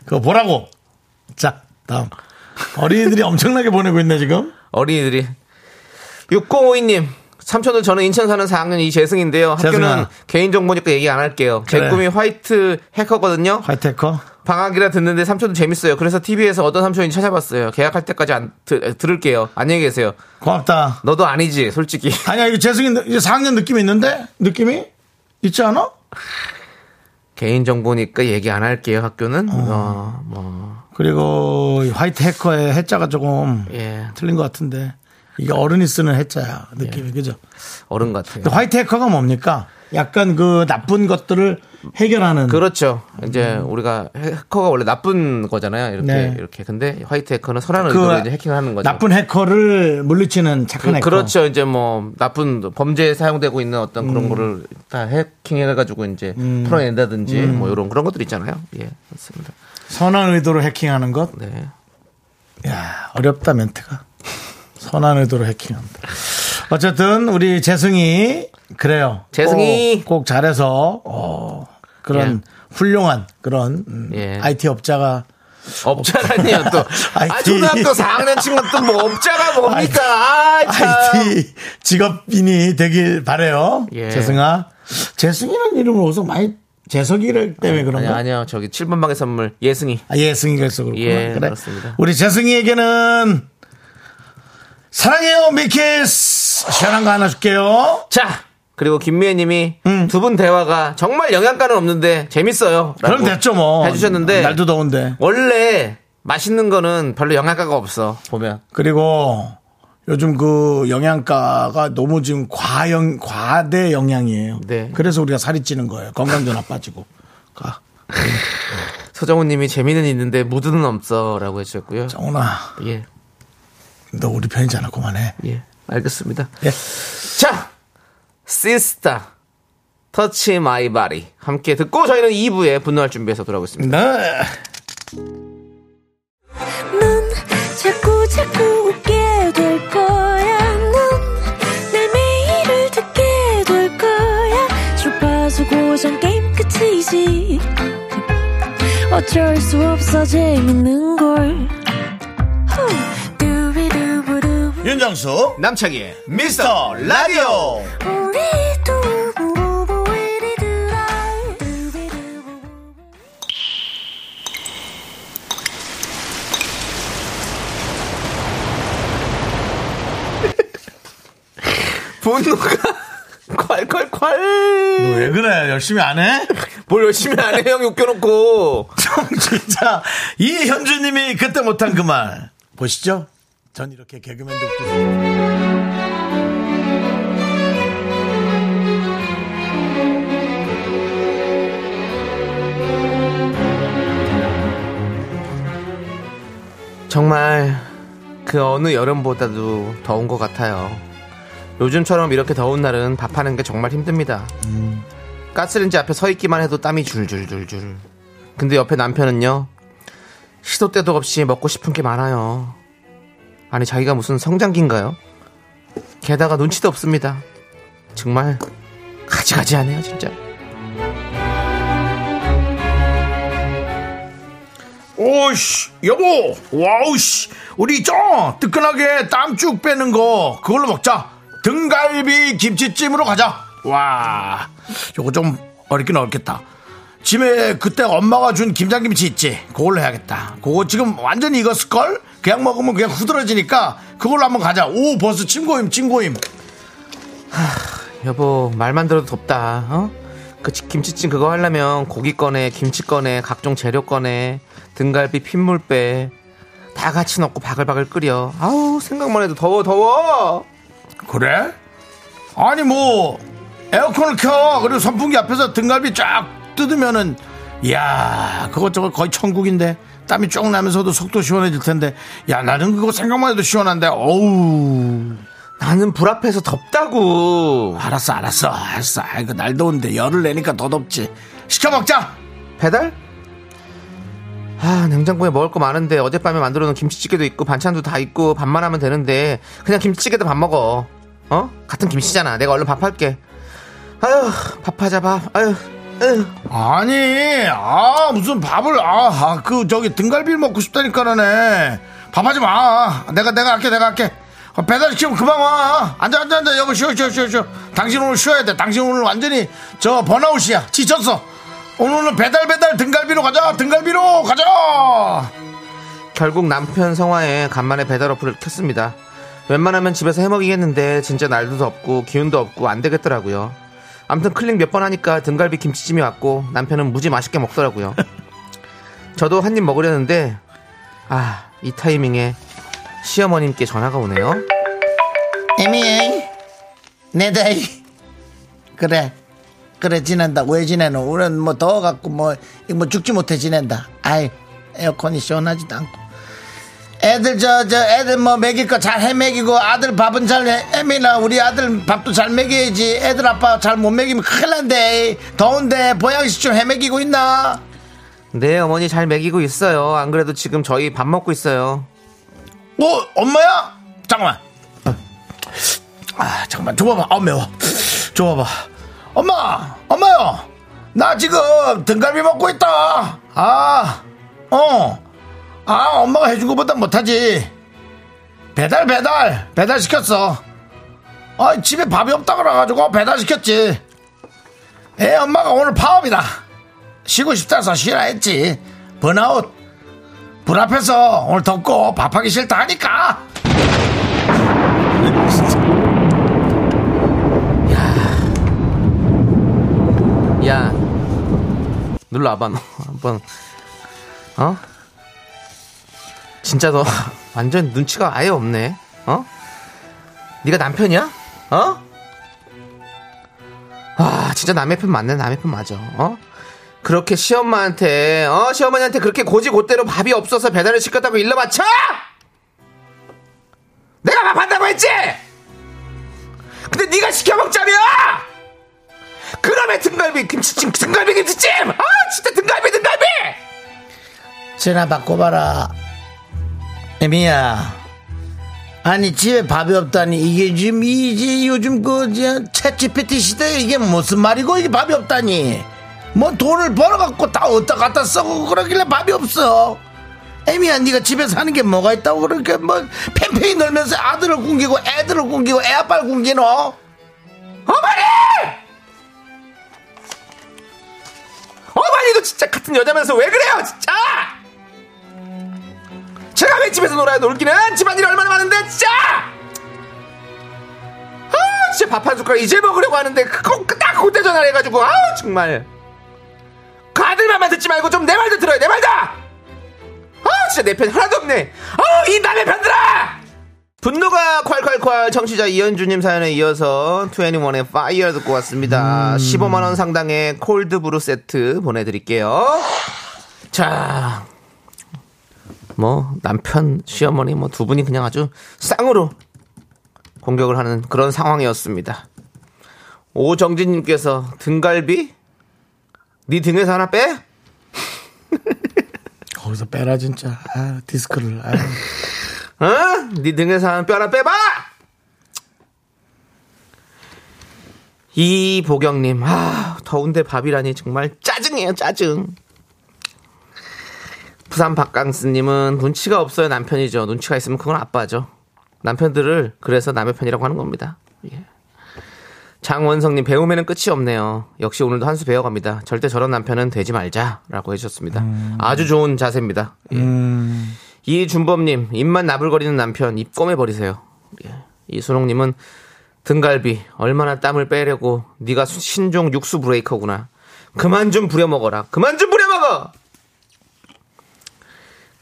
그거 보라고. 자, 다음. 어린이들이 엄청나게 보내고 있네, 지금. 어린이들이. 6052님. 삼촌은 저는 인천 사는 4학년 이재승인데요. 학교는 재승아. 개인정보니까 얘기 안 할게요. 그래. 제 꿈이 화이트 해커거든요. 화이테커. 방학이라 듣는데 삼촌도 재밌어요. 그래서 TV에서 어떤 삼촌인지 찾아봤어요. 계약할 때까지 안, 들, 들을게요. 안녕히 계세요. 고맙다. 너도 아니지, 솔직히. 아니야, 이거 재승이 느- 이제 4학년 느낌이 있는데? 느낌이? 있지 않아? 개인 정보니까 얘기 안 할게요. 학교는 어, 뭐 그리고 이 화이트 해커의 해자가 조금 예. 틀린 것 예. 같은데 이게 어른이 쓰는 해자야 느낌이 그죠? 어른 같아요. 근데 화이트 해커가 뭡니까? 약간 그 나쁜 것들을 해결하는 그렇죠. 이제 우리가 해커가 원래 나쁜 거잖아요. 이렇게 음. 네. 이렇게. 근데 화이트 해커는 선한 그 의도로 이제 해킹하는 거죠. 나쁜 해커를 물리치는 착한 해커. 그, 렇죠 이제 뭐 나쁜 범죄에 사용되고 있는 어떤 그런 음. 거를 다 해킹해가지고 이제 풀어낸다든지 음. 뭐 이런 그런 것들 있잖아요. 예, 그렇습니다. 선한 의도로 해킹하는 것. 네. 야, 어렵다 멘트가. 선한 의도로 해킹한다. 어쨌든 우리 재승이 그래요. 재승이. 꼭, 꼭 잘해서 어, 그런 훌륭한 그런 음, 예. IT 업자가 어. 업자라니요 또. 아, IT. 초등학교 4학년 친구는 또 뭐 업자가 뭡니까? 아, 참. IT 직업인이 되길 바래요. 예. 재승아. 재승이라는 이름을 어디서 많이 재석이를 때문에 그런 아니, 가 아니요. 저기 7번 방의 선물 예승이. 아, 예승이가 있어 그렇구나. 예, 그래. 그렇습니다. 우리 재승이에게는 사랑해요 미키스 시원한 거 하나 줄게요. 자, 그리고 김미애님이 두 분 대화가 정말 영양가는 없는데 재밌어요. 라고 음. 그럼 됐죠 뭐. 해주셨는데 날도 더운데. 원래 맛있는 거는 별로 영양가가 없어 보면. 그리고 요즘 그 영양가가 너무 지금 과영 과대 영양이에요. 네. 그래서 우리가 살이 찌는 거예요. 건강도 나빠지고. 가. 서정훈님이 재미는 있는데 무드는 없어라고 해주셨고요. 정훈아, 예, 너 우리 편이잖아. 그만해. 예, 알겠습니다. 예. 자, 시스타 터치 마이 바리 함께 듣고 저희는 2부에 분노할 준비해서 돌아오겠습니다. 네. 넌 자꾸 자꾸 웃게 될 거야. 넌내 매일을 듣게 될 거야. 주파수 고정 게임 끝이지. 어쩔 수 없어 재밌는 걸. 후. 두비두부두. 윤정수 남창희의 미스터 라디오 우리 두부부부 우리 두라. 두비두부부. 분노가 콸콸콸 왜 그래? 열심히 안 해? 뭘 열심히 안 해 형이 웃겨놓고 진짜 이현주님이 그때 못한 그 말 보시죠. 전 이렇게 개그맨도 웃고 정말 그 어느 여름보다도 더운 것 같아요. 요즘처럼 이렇게 더운 날은 밥하는 게 정말 힘듭니다. 가스렌지 앞에 서 있기만 해도 땀이 줄줄줄줄. 근데 옆에 남편은요, 시도 때도 없이 먹고 싶은 게 많아요. 아니, 자기가 무슨 성장기인가요? 게다가 눈치도 없습니다. 정말 가지가지하네요, 진짜. 오씨 여보 와우씨 우리 저 뜨끈하게 땀 쭉 빼는 거 그걸로 먹자 등갈비 김치찜으로 가자 와 요거 좀 어렵긴 어렵겠다 집에 그때 엄마가 준 김장김치 있지 그걸로 해야겠다 그거 지금 완전히 익었을걸 그냥 먹으면 그냥 후드러지니까 그걸로 한번 가자 오 벌써 찜고임 찜고임 여보 말만 들어도 덥다 어? 그 치- 김치찜 그거 하려면 고기 꺼내 김치 꺼내 각종 재료 꺼내 등갈비 핏물 빼다 같이 넣고 바글바글 끓여 아우 생각만 해도 더워 더워 그래? 아니 뭐 에어컨을 켜 그리고 선풍기 앞에서 등갈비 쫙 뜯으면은 야 그것저것 거의 천국인데 땀이 쭉 나면서도 속도 시원해질 텐데 야 나는 그거 생각만 해도 시원한데 어우 나는 불 앞에서 덥다고 알았어 알았어 알았어 아이고 날 더운데 열을 내니까 더 덥지 시켜 먹자 배달? 아 냉장고에 먹을 거 많은데 어젯밤에 만들어놓은 김치찌개도 있고 반찬도 다 있고 밥만 하면 되는데 그냥 김치찌개도 밥 먹어 어? 같은 김치잖아 내가 얼른 밥할게 아휴 밥하자 밥 아휴 아휴 아니 아 무슨 밥을 아 그 저기 등갈비를 먹고 싶다니까 그러네 밥하지 마 내가 내가 할게 내가 할게 어, 배달 시키면 그만 와 앉아 앉아 앉아 여보 쉬어 쉬어 쉬어 쉬어 당신 오늘 쉬어야 돼 당신 오늘 완전히 저 번아웃이야 지쳤어 오늘은 배달 배달 등갈비로 가자 등갈비로 가자 결국 남편 성화에 간만에 배달 어플을 켰습니다. 웬만하면 집에서 해먹이겠는데 진짜 날도 덥고 기운도 없고 안 되겠더라고요. 아무튼 클릭 몇 번 하니까 등갈비 김치찜이 왔고 남편은 무지 맛있게 먹더라고요. 저도 한 입 먹으려는데 아 이 타이밍에 시어머님께 전화가 오네요. 에미에이 내 다이 그래 그래 지낸다 왜 지내노 우리는 뭐 더워갖고 뭐, 이거 뭐 죽지 못해 지낸다 아이 에어컨이 시원하지도 않고 애들 저 저 애들 뭐 먹일 거 잘 해먹이고 아들 밥은 잘 해- 애미나 우리 아들 밥도 잘 먹여야지 애들 아빠 잘 못 먹이면 큰일 난대 더운데 보양식 좀 해먹이고 있나 네, 어머니 잘 먹이고 있어요. 안 그래도 지금 저희 밥 먹고 있어요. 어, 엄마야? 잠깐만. 아, 잠깐만. 줘봐봐. 아, 매워. 줘봐봐. 엄마! 엄마요! 나 지금 등갈비 먹고 있다! 아, 어. 아, 엄마가 해준 것보다 못하지. 배달, 배달. 배달 시켰어. 아, 집에 밥이 없다 그래가지고 배달 시켰지. 애 엄마가 오늘 파업이다. 쉬고 싶다서 쉬라 했지. 번아웃. 불 앞에서 오늘 덥고 밥하기 싫다 하니까. 야, 눌러 와봐, 너. 한번. 어? 진짜 너 완전 눈치가 아예 없네. 어? 네가 남편이야? 어? 아, 진짜 남의 편 맞네. 남의 편 맞아. 어? 그렇게 시엄마한테, 어? 시어머니한테 그렇게 고지고대로 밥이 없어서 배달을 시켰다고 일러 바쳐! 내가 밥한다고 했지! 근데 네가 시켜 먹자며! 그놈의 등갈비 김치찜 등갈비 김치찜 아 진짜 등갈비 등갈비 전화 바꿔봐라. 애미야. 아니, 집에 밥이 없다니. 이게 지금, 이제 요즘 그, 채찌피티 시대에 이게 무슨 말이고, 이게 밥이 없다니. 뭐 돈을 벌어갖고 다 어디다 갖다 써고 그러길래 밥이 없어. 애미야, 네가 집에서 하는 게 뭐가 있다고 그렇게 뭐, 팬페이 놀면서 아들을 굶기고, 애들을 굶기고, 애 아빠를 굶기노? 어머니 어머니도 진짜 같은 여자면서 왜 그래요 진짜 제가 왜 집에서 놀아요 놀기는 집안일이 얼마나 많은데 진짜 아 진짜 밥 한 숟가락 이제 먹으려고 하는데 꼭딱 그때 전화를 해가지고 아우 정말 그 아들만만 듣지 말고 좀 내 말도 들어요 내 말도 아 진짜 내 편 하나도 없네 어, 아이 남의 편들아 분노가 콸콸콸 청취자 이현주님 사연에 이어서 21의 파이어 듣고 왔습니다. 15만원 상당의 콜드브루 세트 보내드릴게요. 자, 뭐, 남편, 시어머니, 뭐, 두 분이 그냥 아주 쌍으로 공격을 하는 그런 상황이었습니다. 오정진님께서 등갈비? 네 등에서 하나 빼? 거기서 빼라, 진짜. 아, 디스크를. 아 어? 네 등에서 한 뼈 하나 빼봐! 이보경님, 아, 더운데 밥이라니 정말 짜증이에요, 짜증. 부산 박강스님은 눈치가 없어요, 남편이죠. 눈치가 있으면 그건 아빠죠. 남편들을 그래서 남의 편이라고 하는 겁니다. 예. 장원성님, 배움에는 끝이 없네요. 역시 오늘도 한 수 배워갑니다. 절대 저런 남편은 되지 말자라고 해주셨습니다. 아주 좋은 자세입니다. 예. 이준범님 입만 나불거리는 남편 입 꼬매버리세요 예. 이순옥님은 등갈비 얼마나 땀을 빼려고 네가 수- 신종 육수 브레이커구나 그만 좀 부려먹어라 그만 좀 부려먹어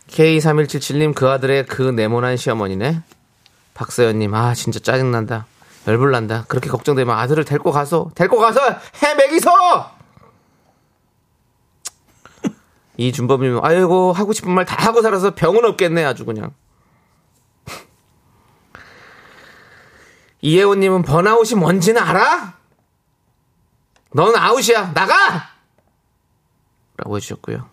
K3177님 그 아들의 그 네모난 시어머니네 박서연님 아 진짜 짜증난다 열불난다 그렇게 걱정되면 아들을 데리고 가서 데리고 가서 해먹이서 이준범님, 아이고, 하고 싶은 말 다 하고 살아서 병은 없겠네, 아주 그냥. 이혜원님은 번아웃이 뭔지는 알아? 넌 아웃이야, 나가! 라고 해주셨고요.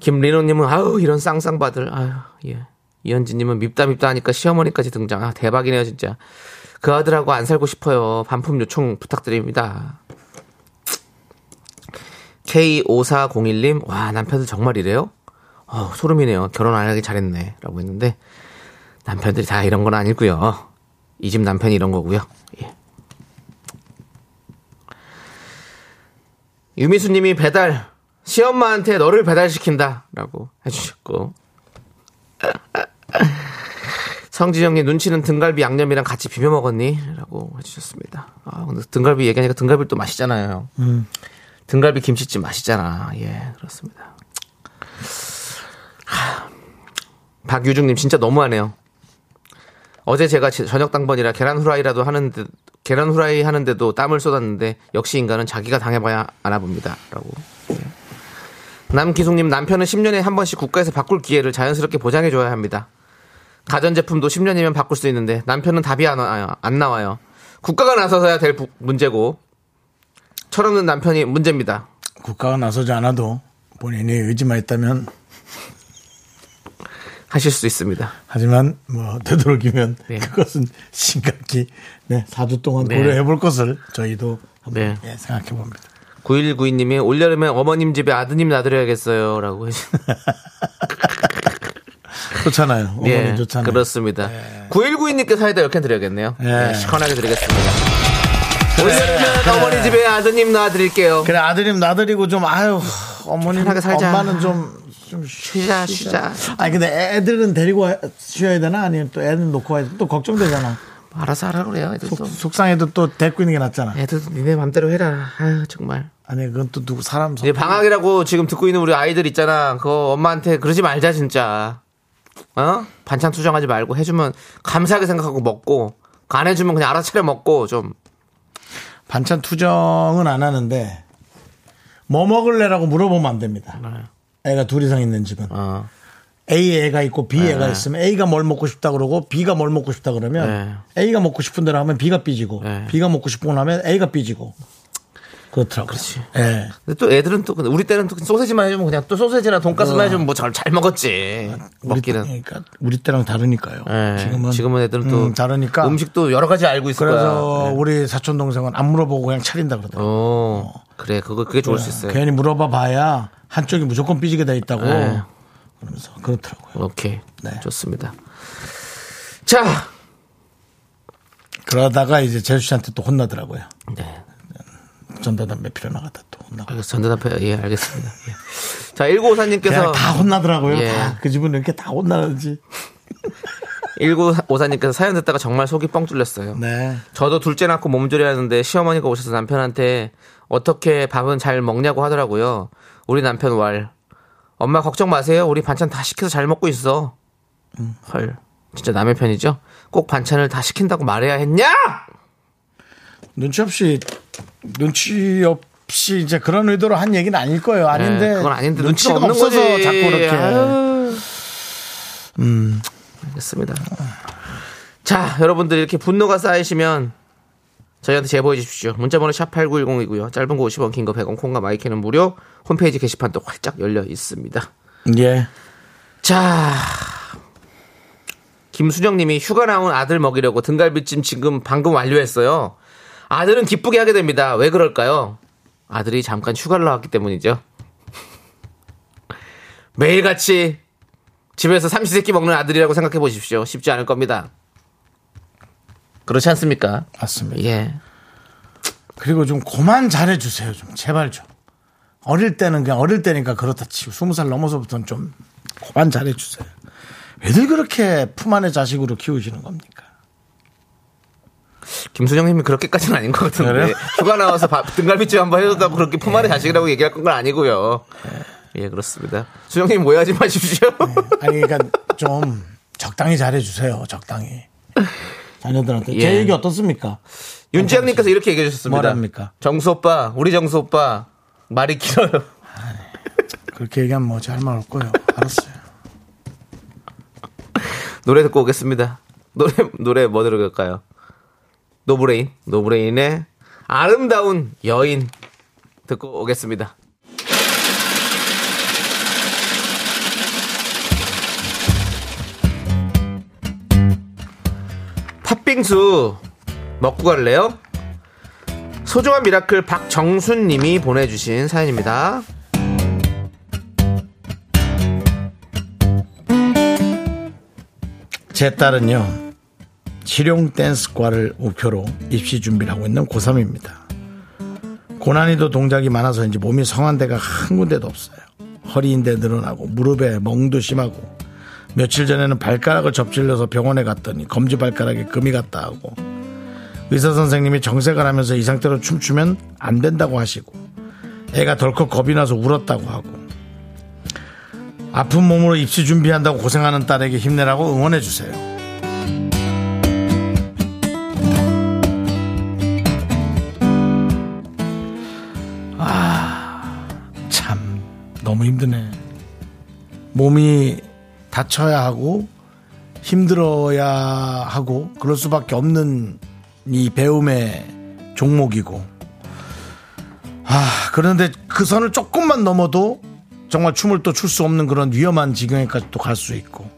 김리노님은, 아우, 이런 쌍쌍바들, 아유, 예. 이현진님은 밉다 밉다 하니까 시어머니까지 등장. 아, 대박이네요, 진짜. 그 아들하고 안 살고 싶어요. 반품 요청 부탁드립니다. K5401님, 와, 남편들 정말 이래요? 어, 소름이네요. 결혼 안 하기 잘했네. 라고 했는데, 남편들이 다 이런 건 아니고요. 이 집 남편이 이런 거고요. 예. 유미수 님이 배달, 시엄마한테 너를 배달시킨다. 라고 해주셨고. 성지영 님, 눈치는 등갈비 양념이랑 같이 비벼 먹었니? 라고 해주셨습니다. 아, 근데 등갈비 얘기하니까 등갈비 또 맛있잖아요. 등갈비 김치찜 맛있잖아. 예, 그렇습니다. 하, 박유중님 진짜 너무하네요. 어제 제가 지- 저녁 당번이라 계란 후라이라도 하는데 계란 후라이 하는데도 땀을 쏟았는데 역시 인간은 자기가 당해봐야 아나 봅니다라고. 네. 남기숙님 남편은 10년에 한 번씩 국가에서 바꿀 기회를 자연스럽게 보장해줘야 합니다. 가전제품도 10년이면 바꿀 수 있는데 남편은 답이 안, 와요. 안 나와요. 국가가 나서서야 될 부- 문제고 철없는 남편이 문제입니다. 국가가 나서지 않아도 본인의 의지만 있다면 하실 수 있습니다. 하지만 뭐 되도록이면 네. 그것은 심각히 네, 4주 동안 네. 고려해 볼 것을 저희도 한번 네. 예, 생각해 봅니다. 9192님이 올여름에 어머님 집에 아드님 놔드려야겠어요. 라고 해주 좋잖아요. 어머니 예, 좋잖아요. 그렇습니다. 9192님께 사이다 이렇게 네. 드려야겠네요. 네. 예. 예, 시원하게 드리겠습니다. 올여름에 어머니 집에 아드님 놔드릴게요. 그래 아드님 나들이고 좀 아유 어머님 편하게 살자. 엄마는 좀, 좀 쉬자 쉬자, 쉬자. 아니 근데 애들은 데리고 와- 쉬어야 되나 아니면 또 애는 놓고 와야 또 걱정되잖아. 알아서 하라 그래요. 애들도. 속, 속상해도 또 데리고 있는 게 낫잖아. 애들도 니네 맘대로 해라. 아유, 정말. 아니 그건 또 누구 사람 이제 방학이라고 지금 듣고 있는 우리 아이들 있잖아. 그거 엄마한테 그러지 말자, 진짜. 어? 반찬 투정하지 말고 해주면 감사하게 생각하고 먹고, 안 해주면 그냥 알아서 차려 먹고 좀. 반찬 투정은 안 하는데 뭐 먹을래라고 물어보면 안 됩니다. 네. 애가 둘 이상 있는 집은 어. A 애가 있고 B 네. 애가 있으면 A가 뭘 먹고 싶다 그러고 B가 뭘 먹고 싶다 그러면 A가 먹고 싶은 대로 하면 B가 삐지고 네. B가 먹고 싶은 걸 하면 A가 삐지고 그렇더라고요. 그렇지. 예. 근데 또 애들은 또, 근데 우리 때는 또 소세지만 해주면 그냥 또 소세지나 돈가스만 해주면 뭐 잘 잘 먹었지. 어. 우리 때- 먹기는. 그러니까 우리 때랑 다르니까요. 예. 지금은 지금은 애들은 또 음, 다르니까 음식도 여러 가지 알고 있을 그래서 거야. 네. 우리 사촌 동생은 안 물어보고 그냥 차린다 그러더라고요. 네. 어, 그래 그거 그게 좋을 수 있어요. 괜히 물어봐봐야 한쪽이 무조건 삐지게 돼 있다고 네. 그러면서 그렇더라고요. 오케이. 네. 좋습니다. 자, 그러다가 이제 재수 씨한테 또 혼나더라고요. 네. 전자담배 피러 나갔다 또 혼나고. 알겠, 전자담배 예 알겠습니다. 예. 자, 1954님께서 그냥 다 혼나더라고요. 예. 다 그 집은 이렇게 다 혼나는지. 1954님께서 사연 듣다가 정말 속이 뻥 뚫렸어요. 네. 저도 둘째 낳고 몸조리하는데 시어머니가 오셔서 남편한테 어떻게 밥은 잘 먹냐고 하더라고요. 우리 남편 왈. 엄마 걱정 마세요. 우리 반찬 다 시켜서 잘 먹고 있어. 헐. 진짜 남의 편이죠? 꼭 반찬을 다 시킨다고 말해야 했냐? 눈치 없이 눈치 없이 이제 그런 의도로 한 얘기는 아닐 거예요. 아닌데. 네, 그건 아닌데 눈치가 눈치가 없는 없어서 거지. 자꾸 이렇게. 음. 아유. 알겠습니다. 자, 여러분들 이렇게 분노가 쌓이시면 저희한테 제보해 주십시오. 문자번호 샵 8910이고요. 짧은 거 50원, 긴 거 100원, 콩과 마이크는 무료. 홈페이지 게시판도 활짝 열려 있습니다. 예. 자, 김수정님이 휴가 나온 아들 먹이려고 등갈비찜 지금 방금 완료했어요. 아들은 기쁘게 하게 됩니다. 왜 그럴까요? 아들이 잠깐 휴가를 나왔기 때문이죠. 매일같이 집에서 삼시세끼 먹는 아들이라고 생각해 보십시오. 쉽지 않을 겁니다. 그렇지 않습니까? 맞습니다. 예. 그리고 좀 고만 잘해주세요. 좀 제발 좀. 어릴 때는 그냥 어릴 때니까 그렇다 치고 스무 살 넘어서부터는 좀 고만 잘해주세요. 왜들 그렇게 품 안의 자식으로 키우시는 겁니까? 김수정님이 그렇게까지는 아닌 것 같은데 그래요? 예. 휴가 나와서 밥, 등갈비찜 한번 해줬다고 그렇게 품 안의 자식이라고 얘기할 건 아니고요. 예 그렇습니다. 수정님 오해하지 마십시오. 아니 그러니까 좀 적당히 잘해주세요. 적당히 자녀들한테 제 예. 얘기 어떻습니까? 윤지양님께서 이렇게 얘기해 주셨습니다. 뭐랍니까? 정수 오빠 우리 정수 오빠 말이 길어요. 그렇게 얘기하면 뭐지 할말 없고요. 알았어요. 노래 듣고 오겠습니다. 노래 노래 뭐 들을까요? 노브레인 노브레인의 아름다운 여인 듣고 오겠습니다. 팥빙수 먹고 갈래요? 소중한 미라클 박정순님이 보내주신 사연입니다. 제 딸은요 실용 댄스과를 목표로 입시 준비를 하고 있는 고3입니다 고난이도 동작이 많아서인지 몸이 성한 데가 한 군데도 없어요 허리인데 늘어나고 무릎에 멍도 심하고 며칠 전에는 발가락을 접질려서 병원에 갔더니 검지 발가락에 금이 갔다 하고 의사 선생님이 정색을 하면서 이 상태로 춤추면 안 된다고 하시고 애가 덜컥 겁이 나서 울었다고 하고 아픈 몸으로 입시 준비한다고 고생하는 딸에게 힘내라고 응원해 주세요. 아, 너무 힘드네. 몸이 다쳐야 하고 힘들어야 하고 그럴 수밖에 없는 이 배움의 종목이고. 아, 그런데 그 선을 조금만 넘어도 정말 춤을 또 출 수 없는 그런 위험한 지경에까지 또 갈 수 있고.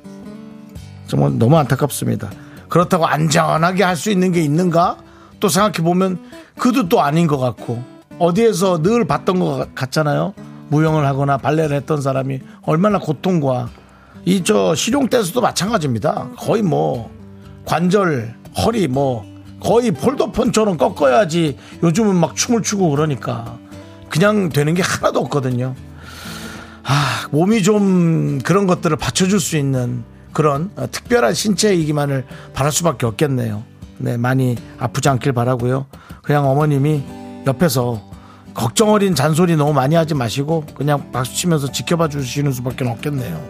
정말 너무 안타깝습니다. 그렇다고 안전하게 할 수 있는 게 있는가? 또 생각해 보면 그도 또 아닌 것 같고 어디에서 늘 봤던 것 같잖아요. 무용을 하거나 발레를 했던 사람이 얼마나 고통과 이 저 실용 댄스도 마찬가지입니다. 거의 뭐 관절, 허리 뭐 거의 폴더폰처럼 꺾어야지 요즘은 막 춤을 추고 그러니까 그냥 되는 게 하나도 없거든요. 몸이 좀 그런 것들을 받쳐줄 수 있는 그런 어, 특별한 신체이기만을 바랄 수밖에 없겠네요. 네, 많이 아프지 않길 바라고요. 그냥 어머님이 옆에서 걱정 어린 잔소리 너무 많이 하지 마시고 그냥 박수 치면서 지켜봐 주시는 수밖에 없겠네요.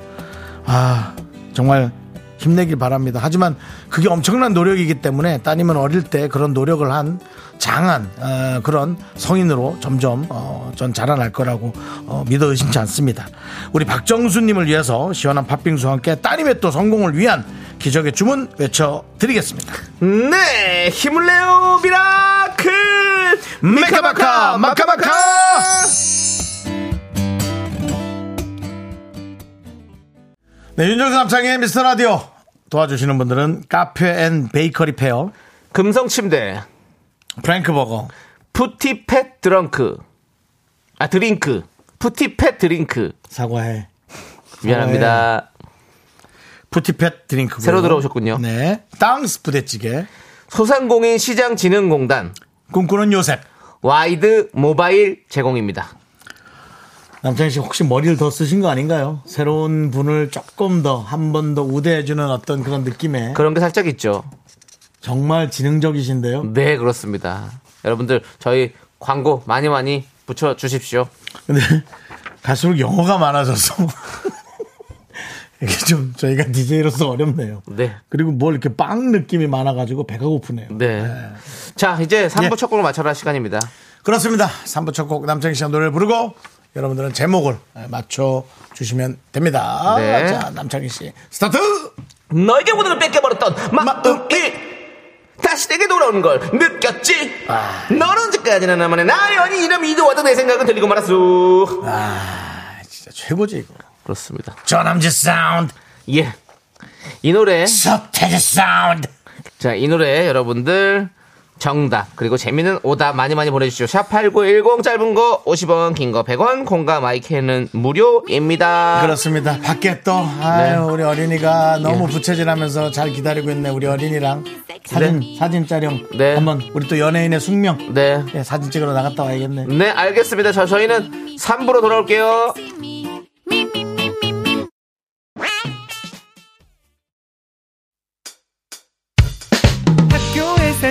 아, 정말 힘내길 바랍니다. 하지만 그게 엄청난 노력이기 때문에 따님은 어릴 때 그런 노력을 한 장한 어, 그런 성인으로 점점 어, 전 자라날 거라고 어, 믿어 의심치 않습니다. 우리 박정수님을 위해서 시원한 팥빙수와 함께 따님의 또 성공을 위한 기적의 주문 외쳐드리겠습니다. 네, 힘을 내요 미라클 미카마카 마카마카 네, 윤정수 남창의 미스터 라디오 도와주시는 분들은 카페 앤 베이커리 페어 금성침대 프랭크 버거 푸티팻 드렁크 아 드링크 푸티팻 드링크 사과해 미안합니다 푸티팻 드링크 새로 들어오셨군요. 네 땅스 부대찌개 소상공인 시장진흥공단 꿈꾸는 요셉 와이드 모바일 제공입니다 남창희 씨 혹시 머리를 더 쓰신 거 아닌가요? 새로운 분을 조금 더 한 번 더 우대해주는 어떤 그런 느낌에 그런 게 살짝 있죠 정말 지능적이신데요. 네 그렇습니다 여러분들 저희 광고 많이 많이 붙여주십시오 근데 갈수록 영어가 많아져서 이게 좀 저희가 DJ로서 어렵네요. 네. 그리고 뭘 이렇게 빵 느낌이 많아가지고 배가 고프네요. 네. 자, 이제 3부 예. 첫 곡을 맞춰라 시간입니다. 그렇습니다. 3부 첫 곡 남창희 씨가 노래를 부르고 여러분들은 제목을 맞춰주시면 됩니다. 네. 자, 남창희 씨 스타트! 너에게 모든을 뺏겨버렸던 마음일 다시 내게 돌아오는 걸 느꼈지 넌 언제까지나 나만의 나연이 이름 이도와도 내 생각은 들리고 말았소 아, 진짜 최고지 이거. 그렇습니다 저남지 사운드, 예 이 노래 서태지 사운드. 자 이 노래 여러분들 정답 그리고 재미있는 오답 많이 많이 보내주십시오 샵8910 짧은 거 50원 긴 거 100원 공감 마이크는 무료입니다 그렇습니다. 밖에 또 아유 우리 어린이가 너무 부채질하면서 잘 기다리고 있네. 우리 어린이랑 사진 사진 촬영 네. 한번 우리 또 연예인의 숙명 네 예, 사진 찍으러 나갔다 와야겠네. 네, 알겠습니다. 자, 저희는 3부로 돌아올게요. 학교에서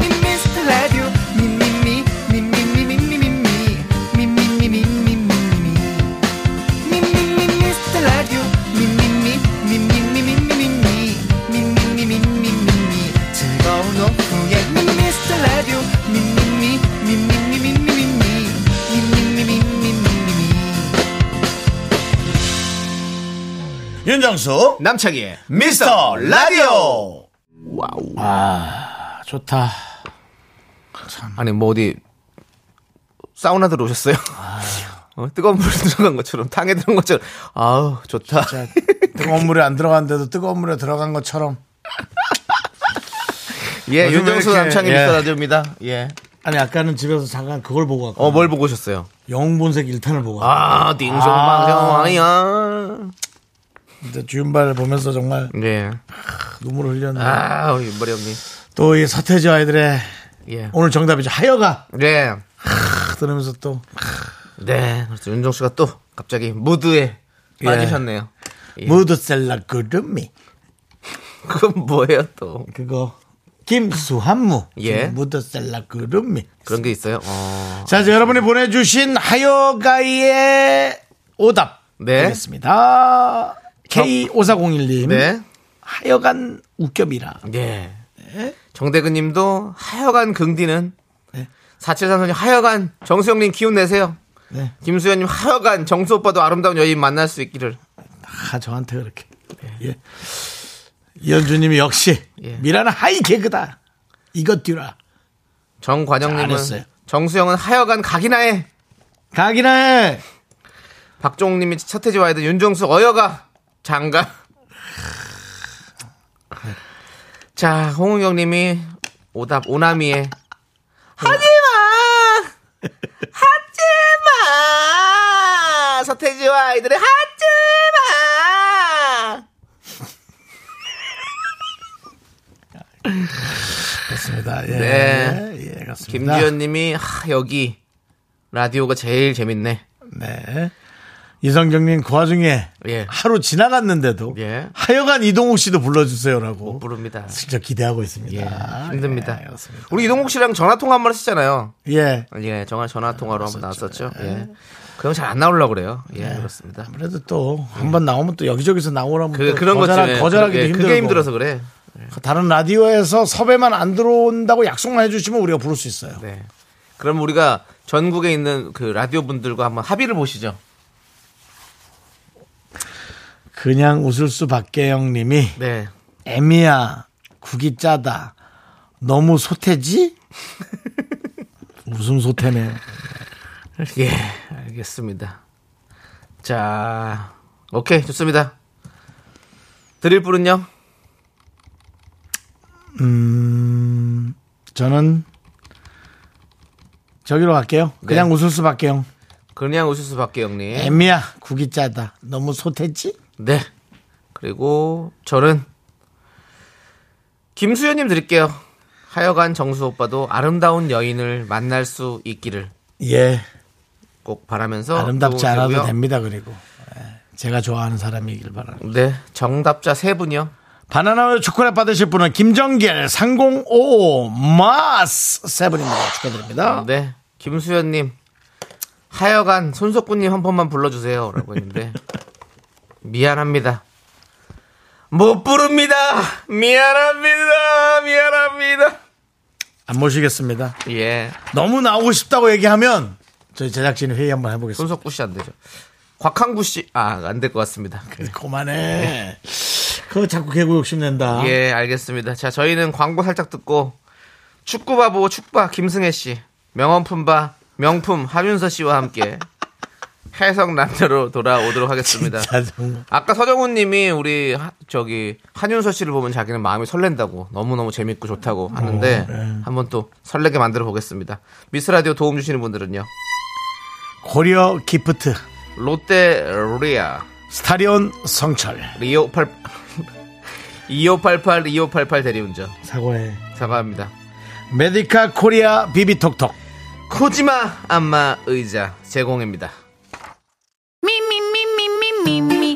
미스터 라디오 미미미 미미미 미미미 미미미 미미미 미미미 윤정수 남창희의 미스터 라디오. 아 좋다. 아니 뭐 어디 사우나 들어오셨어요? 어, 뜨거운 물 들어간 것처럼 탕에 들어간 것처럼 아우 좋다. 자, 뜨거운 물에 안 들어갔는데도 뜨거운 물에 들어간 것처럼. 예, 요즘에 윤정수 이렇게, 남창희 예. 미스터 라디오입니다. 예. 아니 아까는 집에서 잠깐 그걸 보고 왔고 어 뭘 보고 오셨어요? 영웅본색 1탄을 보고 왔고 아 딩종방정왕이야. 근데 아. 주윤발 보면서 정말 예. 그 눈물을 흘렸네. 아 우리 머리 없니? 또 이 서태지 아이들의 예. 오늘 정답이죠. 하여가 네. 탁 들으면서 또 네. 그래서 윤정 씨가 또 갑자기 무드에 예. 빠지셨네요. 예. 무드셀라 그름이 그건 뭐예요 또? 그거 김수한무 예. 무드셀라 그름이 그런 게 있어요? 어. 자 이제 여러분이 보내주신 하여가의 오답 네. 보겠습니다. K5401님. 네. 하여간 웃겹이라. 예. 정대근 님도 하여간 긍디는 네. 4733님 하여간 정수영 님 기운 내세요. 네. 김수현 님 하여간 정수 오빠도 아름다운 여인 만날 수 있기를. 아, 저한테 그렇게. 예. 이현주님이 역시 예. 미라는 하이 개그다. 이것 뒤라. 정관영 님은 잘했어요. 정수영은 하여간 각이나 해. 가기나 해. 박종욱 님이 차태지 와야 돼. 윤정수 어여가 장가. 자, 홍은경 님이 오답 오나미에 하지 마. 하지 마. 서태지와 아이들의 하지 마. 그렇습니다. 예. 네. 예, 그렇습니다. 김지현 님이 하 여기 라디오가 제일 재밌네. 네. 이성경님 그 와중에 예. 하루 지나갔는데도 예. 하여간 이동욱 씨도 불러주세요라고 부릅니다. 진짜 기대하고 있습니다. 예, 힘듭니다. 예, 그렇습니다. 우리 이동국 씨랑 전화 통화 한 번 했잖아요. 예. 예, 정말 전화 통화로 한번 나왔었죠. 예. 그럼 잘 안 나오려고 그래요. 예, 네. 그렇습니다. 아무래도 또 한 번 나오면 또 여기저기서 나오라면 그 또 그런 음, 거절하, 거죠. 거절하기도 예, 힘들고 그게 힘들어서 그래. 다른 라디오에서 섭외만 안 들어온다고 약속만 해주시면 우리가 부를 수 있어요. 네. 그럼 우리가 전국에 있는 그 라디오 분들과 한번 합의를 보시죠. 그냥 웃을 수 박계영님이 네. 애미야 국이 짜다 너무 소태지? 무슨 소태네? 예, 알겠습니다. 자, 오케이, 좋습니다. 드릴 분은요? 저는 저기로 갈게요. 그냥 네. 웃을 수 박계영. 그냥 오실 수밖에 형님. 애미야 국이 짜다 너무 소태지? 네. 그리고 저는 김수현님 드릴게요. 하여간 정수 오빠도 아름다운 여인을 만날 수 있기를 예 꼭 바라면서 아름답지 또 않아도 드리고요. 됩니다. 그리고 예, 제가 좋아하는 사람이길 바랍니다. 네, 정답자 세 분이요. 바나나우유 초콜릿 받으실 분은 김정길 3055 마스 세븐입니다. 축하드립니다. 네, 김수현님 하여간 손석구님 한 번만 불러주세요라고 했는데 미안합니다. 못 부릅니다. 미안합니다. 미안합니다. 안 모시겠습니다. 예, 너무 나오고 싶다고 얘기하면 저희 제작진이 회의 한번 해보겠습니다. 손석구 씨 안 되죠. 곽한구 씨, 아, 안 될 것 같습니다. 그만해. 그거 자꾸 개구 욕심낸다. 네. 예, 알겠습니다. 자, 저희는 광고 살짝 듣고 축구바보 축바 김승혜 씨, 명언품바 명품 하윤서 씨와 함께 해석 남자로 돌아오도록 하겠습니다. 진짜 정말. 아까 서정훈 님이 우리 하- 저기 한윤서 씨를 보면 자기는 마음이 설렌다고 너무너무 재밌고 어, 좋다고 하는데 네. 한번 또 설레게 만들어 보겠습니다. 미스 라디오 도움 주시는 분들은요. 고려 기프트 롯데 리아 스타리온 성철 리오 8 2588 2588 대리운전 사과해 사과합니다. 메디카 코리아 비비톡톡 코지마 안마 의자 제공입니다.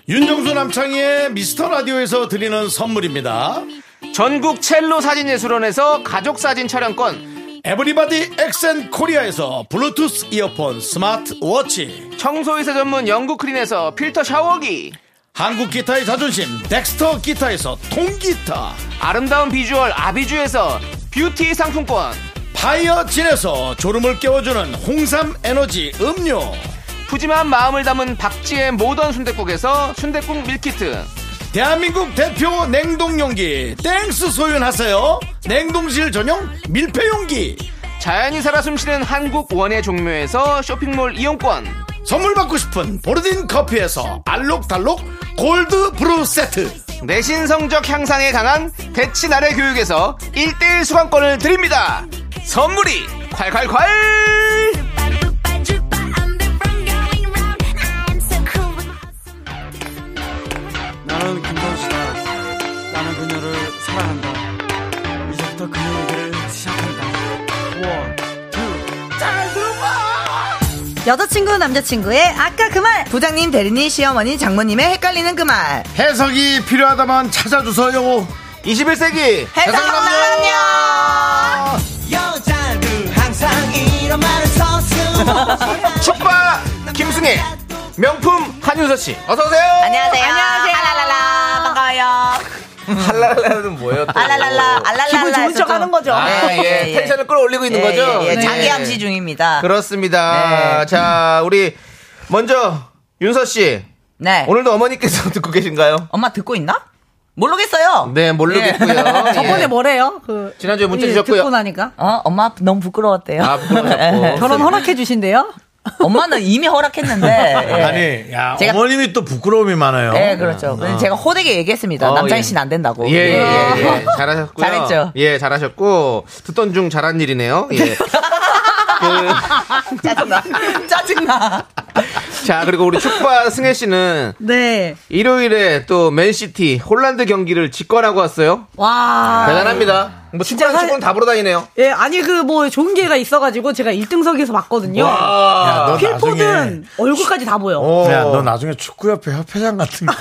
윤정수 남창희의 미스터 라디오에서 드리는 선물입니다. 전국 첼로 사진예술원에서 가족 사진 촬영권, 에브리바디 엑센 코리아에서 블루투스 이어폰 스마트 워치 청소이사 전문 영국 크린에서 필터 샤워기, 한국 기타의 자존심 덱스터 기타에서 통기타 아름다운 비주얼 아비주에서 뷰티 상품권, 파이어진에서 졸음을 깨워주는 홍삼 에너지 음료 푸짐한 마음을 담은 박지의 모던 순댓국에서 순댓국 밀키트, 대한민국 대표 냉동용기 땡스 소윤하세요 냉동실 전용 밀폐용기 자연이 살아 숨쉬는 한국 원예 종묘에서 쇼핑몰 이용권, 선물 받고 싶은 보르딘 커피에서 알록달록 골드 브루 세트 내신 성적 향상에 강한 대치나래 교육에서 1대1 수강권을 드립니다. 선물이 콸콸콸! 나는 김선수다. 나는 그녀를 사랑한다. 이제부터 그녀의 길을 시작한다. 원, 투, 잘 들어봐! 여자친구 남자친구의 아까 그 말 부장님 대리님 시어머니 장모님의 헷갈리는 그 말 해석이 필요하다만 찾아주세요 21세기 해석남녀 여자는 항상 이런 말을 서슴없이 축바 김승혜 명품 한윤서 씨 어서 오세요. 안녕하세요. 안녕하세요. 할랄랄라. 반가워요. 할랄랄라는 뭐예요? 또? 알랄랄라. 알랄랄라. 기분 좋은 해서 척 좀- 하는 거죠. 아, 예. 예, 예. 텐션을 끌어올리고 있는 예, 거죠? 예, 예. 네. 자기 암시 중입니다. 그렇습니다. 네. 자, 우리 먼저 윤서 씨 네. 오늘도 어머니께서 듣고 계신가요? 엄마 듣고 있나? 모르겠어요. 네, 모르겠고요. 예. 저번에 뭐래요? 그 지난주에 문자 예, 주셨고요. 듣고 나니까 어, 엄마 너무 부끄러웠대요. 네. 아, 부끄럽고. 결혼 허락해 주신대요. 엄마는 이미 허락했는데. 네. 예. 아니, 야, 제가- 어머님이 또 부끄러움이 많아요. 예, 그렇죠. 근데 제가 호되게 얘기했습니다. 어, 남창희 예. 씨는 안 된다고. 예, 예, 예, 예. 아. 잘하셨고요. 잘했죠. 예, 잘하셨고 듣던 중 잘한 일이네요. 예. 짜증나. 짜증나. 자, 그리고 우리 축바 승혜 씨는 네. 일요일에 또 맨시티 홀란드 경기를 직관하고 왔어요. 와. 아. 대단합니다. 뭐 축구랑 할- 축구는 다 보러 다니네요. 예, 아니 그 뭐 좋은 기회가 있어가지고 제가 1등석에서 봤거든요. 야, 너 나중에. 필포든 얼굴까지 다 보여. 어. 야, 너 나중에 축구협회 협회장 같은 거.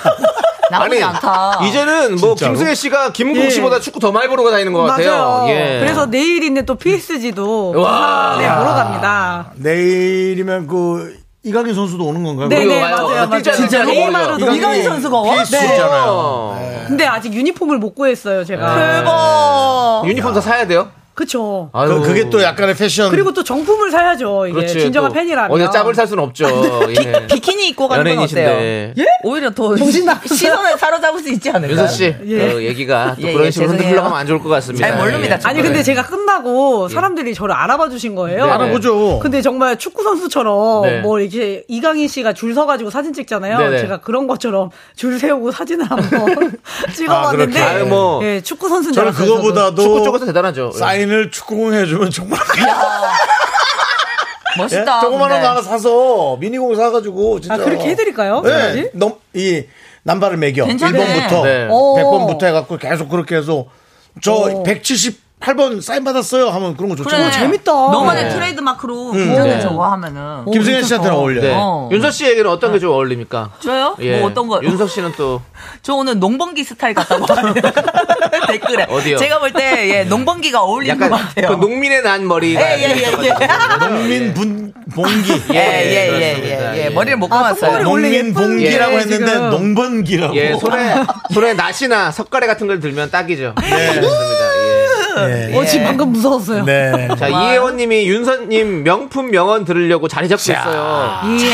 나쁘지 않다. 이제는 뭐 진짜로? 김승혜 씨가 김국 예. 씨보다 축구 더 많이 보러 다니는 것 같아요. 맞아요. 예. 그래서 내일 있는 또 PSG도 와. 부산에 보러 아. 갑니다. 내일이면 그, 이강인 선수도 오는 건가요? 네, 네, 와요. 어, 맞아요. 맞아요. 진짜 진짜로 어. 네이마르도 이강인- 이강인 선수가 와? 네. 어. PSG잖아요. 예. 근데 아직 유니폼을 못 구했어요, 제가. 대박. 유니폼 다 사야 돼요. 그쵸. 아유. 그게 또 약간의 패션. 그리고 또 정품을 예, 사야죠. 이게 그렇지, 진정한 또. 팬이라면. 어디서 짭을 살 수는 없죠. 아, 네. 예. 비키니 입고 가는 건 어때요? 연예인이신데. 예? 오히려 더 시선을 사로잡을 수 있지 않을까? 윤서 씨, 예. 그 얘기가 또 아, 예, 그런 예, 식으로 죄송해요. 흘러가면 안 좋을 것 같습니다. 잘 모릅니다, 예. 저도. 아니 근데 제가 끝나고 사람들이 저를 알아봐 주신 거예요. 네. 알아보죠. 근데 정말 축구 선수처럼 네. 뭐 이렇게 이강인 씨가 줄 서가지고 사진 찍잖아요. 네네. 제가 그런 것처럼 줄 세우고 사진을 한번 찍어봤는데, 아, 그렇게. 아유, 뭐. 예, 축구 선수인 줄 저는 알았어요. 저도. 그거보다도 축구 쪽에서 대단하죠. 예. 사인을 축구공 해주면 정말. 예? 멋있다. 조그만한 근데. 거 하나 사서 미니공 사가지고 진짜. 아 그렇게 해드릴까요? 네. 네. 넘, 이 남발을 매겨. 괜찮네. 1번부터 네. 100번부터 해갖고 계속 그렇게 해서 저 178번 사인 받았어요 하면 그런 거 좋죠. 그래. 재밌다. 너만의 트레이드 마크로 굉장히 저거 하면은. 김승현 씨한테는 어울려. 네. 요 어. 윤서 씨에게는 어떤 게 좀 어울립니까? 저요? 예. 뭐 어떤 거? 윤석 씨는 또 저 오늘 농번기 스타일 같다고 댓글에 어디요? 네. 제가 볼 때 예, 농번기가 어울리는 약간 것 같아요. 그 농민의 난 머리가 예예예 예. 아, 네. 농민 분 봉기. 네. 예, 예, 예, 네. 그렇습니다. 예, 예. 예. 머리를 아, 못 감았어요. 농민 봉기라고 예, 했는데 지금. 농번기라고. 예, 손에 손에 낫이나 석가래 같은 걸 들면 딱이죠. 아, 예. 네, 그렇습니다. 예. 네. 어, 지금 방금 무서웠어요. 네. 자, 이혜원님이 윤서님 명품 명언 들으려고 자리 잡고 있어요. 이야. 이제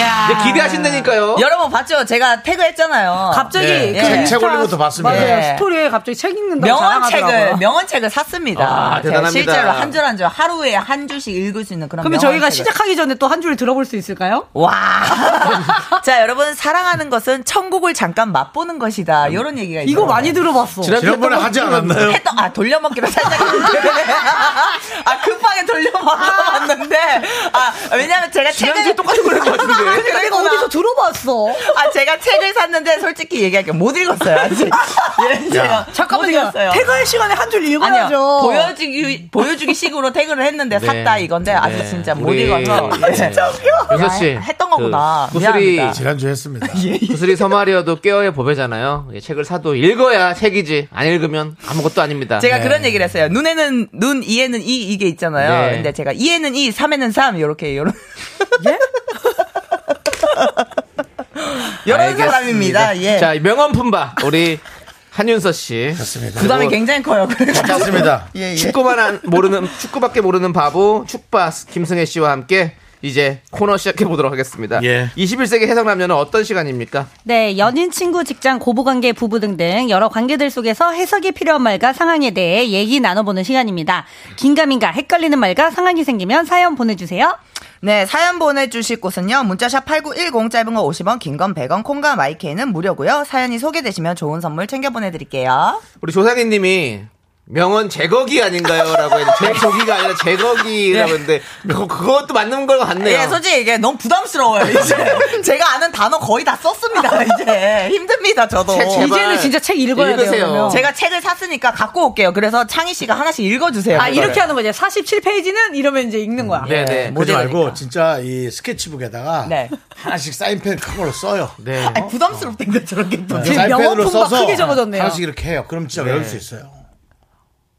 기대하신다니까요. 여러분 봤죠? 제가 태그했잖아요. 갑자기 네. 그 책- 인스타 책 올린 것도 봤습니다. 맞아요. 예. 스토리에 갑자기 책 읽는다고 명언책을 자랑하더라고요. 명언책을 샀습니다. 아, 제가 대단합니다. 실제로 한 줄 한 줄 하루에 한 줄씩 읽을 수 있는 그런. 그러면 저희가 명언책을. 시작하기 전에 또 한 줄 들어볼 수 있을까요? 와. 자 여러분 사랑하는 것은 천국을 잠깐 맛보는 것이다. 이런 얘기가 있어요. 이거 많이 들어봤어. 지난번에 하지 않았나요? 했던 아 돌려먹기로 살짝 했는데. 아 급하게 돌려먹어봤는데 아 왜냐면 제가 책을 똑같은 걸 근데 내가 어디서 들어봤어? 아 제가 책을 샀는데 솔직히 얘기할게요 못 읽었어요 아직 예, 제가 못 잠깐만요. 읽었어요 퇴근할 시간에 한 줄 아니요 읽어야죠. 보여주기 보여주기 식으로 태그를 했는데 네. 샀다 이건데 아직 네. 진짜 못 우리- 읽어서 아, 진짜 웃겨 윤서 씨. 했던 거구나 그 구슬이 미안합니다 지난주에 했습니다. 예, 구슬이 서말이어도 꾀어의 보배잖아요. 예, 책을 사도 읽어야 책이지. 안 읽으면 아무것도 아닙니다. 제가 그런 얘기를 했어요. 눈에는 눈, 이에는 이 이게 있잖아요. 네. 근데 제가 이에는 이, 삼에는 삼 이렇게 요런 이런 알겠습니다. 사람입니다. 예. 자, 명언 품바 우리 한윤서 씨. 맞습니다. 뭐 부담이 굉장히 커요. 맞습니다. 예, 예. 축구만 안- 모르는 축구밖에 모르는 바보 축바 김승혜 씨와 함께 이제 코너 시작해 보도록 하겠습니다. 예. 21세기 해석남녀는 어떤 시간입니까? 네, 연인, 친구, 직장, 고부관계, 부부 등등 여러 관계들 속에서 해석이 필요한 말과 상황에 대해 얘기 나눠보는 시간입니다. 긴가민가 헷갈리는 말과 상황이 생기면 사연 보내주세요. 네, 사연 보내주실 곳은요. 문자샵 8910 짧은 거 50원, 긴 건 100원, 콩과 마이케이는 무료고요. 사연이 소개되시면 좋은 선물 챙겨 보내드릴게요. 우리 조상희 님이 명언 제거기 아닌가요? 라고 했는데, 제거기가 아니라 제거기라고 했는데, 그거- 그것도 맞는 걸 같네요. 네. 네. 예, 솔직히 이게 너무 부담스러워요, 이제. 제가 아는 단어 거의 다 썼습니다, 이제. 힘듭니다, 저도. 책 제발 이제는 진짜 책 읽어야 읽으세요. 돼요. 그러면. 제가 책을 샀으니까 갖고 올게요. 그래서 창희 씨가 하나씩 읽어주세요. 아, 그거를. 이렇게 하는 거지. 47페이지는 이러면 이제 읽는 거야. 네네. 뭐- 그러지 모델이니까. 말고 진짜 이 스케치북에다가 네. 하나씩 사인펜 큰 걸로 써요. 네. 아니, 아, 네, 부담스럽던데 저렇게. 또. 지금 명언 품바 크게 적어줬네요. 하나씩 이렇게 해요. 그럼 진짜 외울 수 있어요.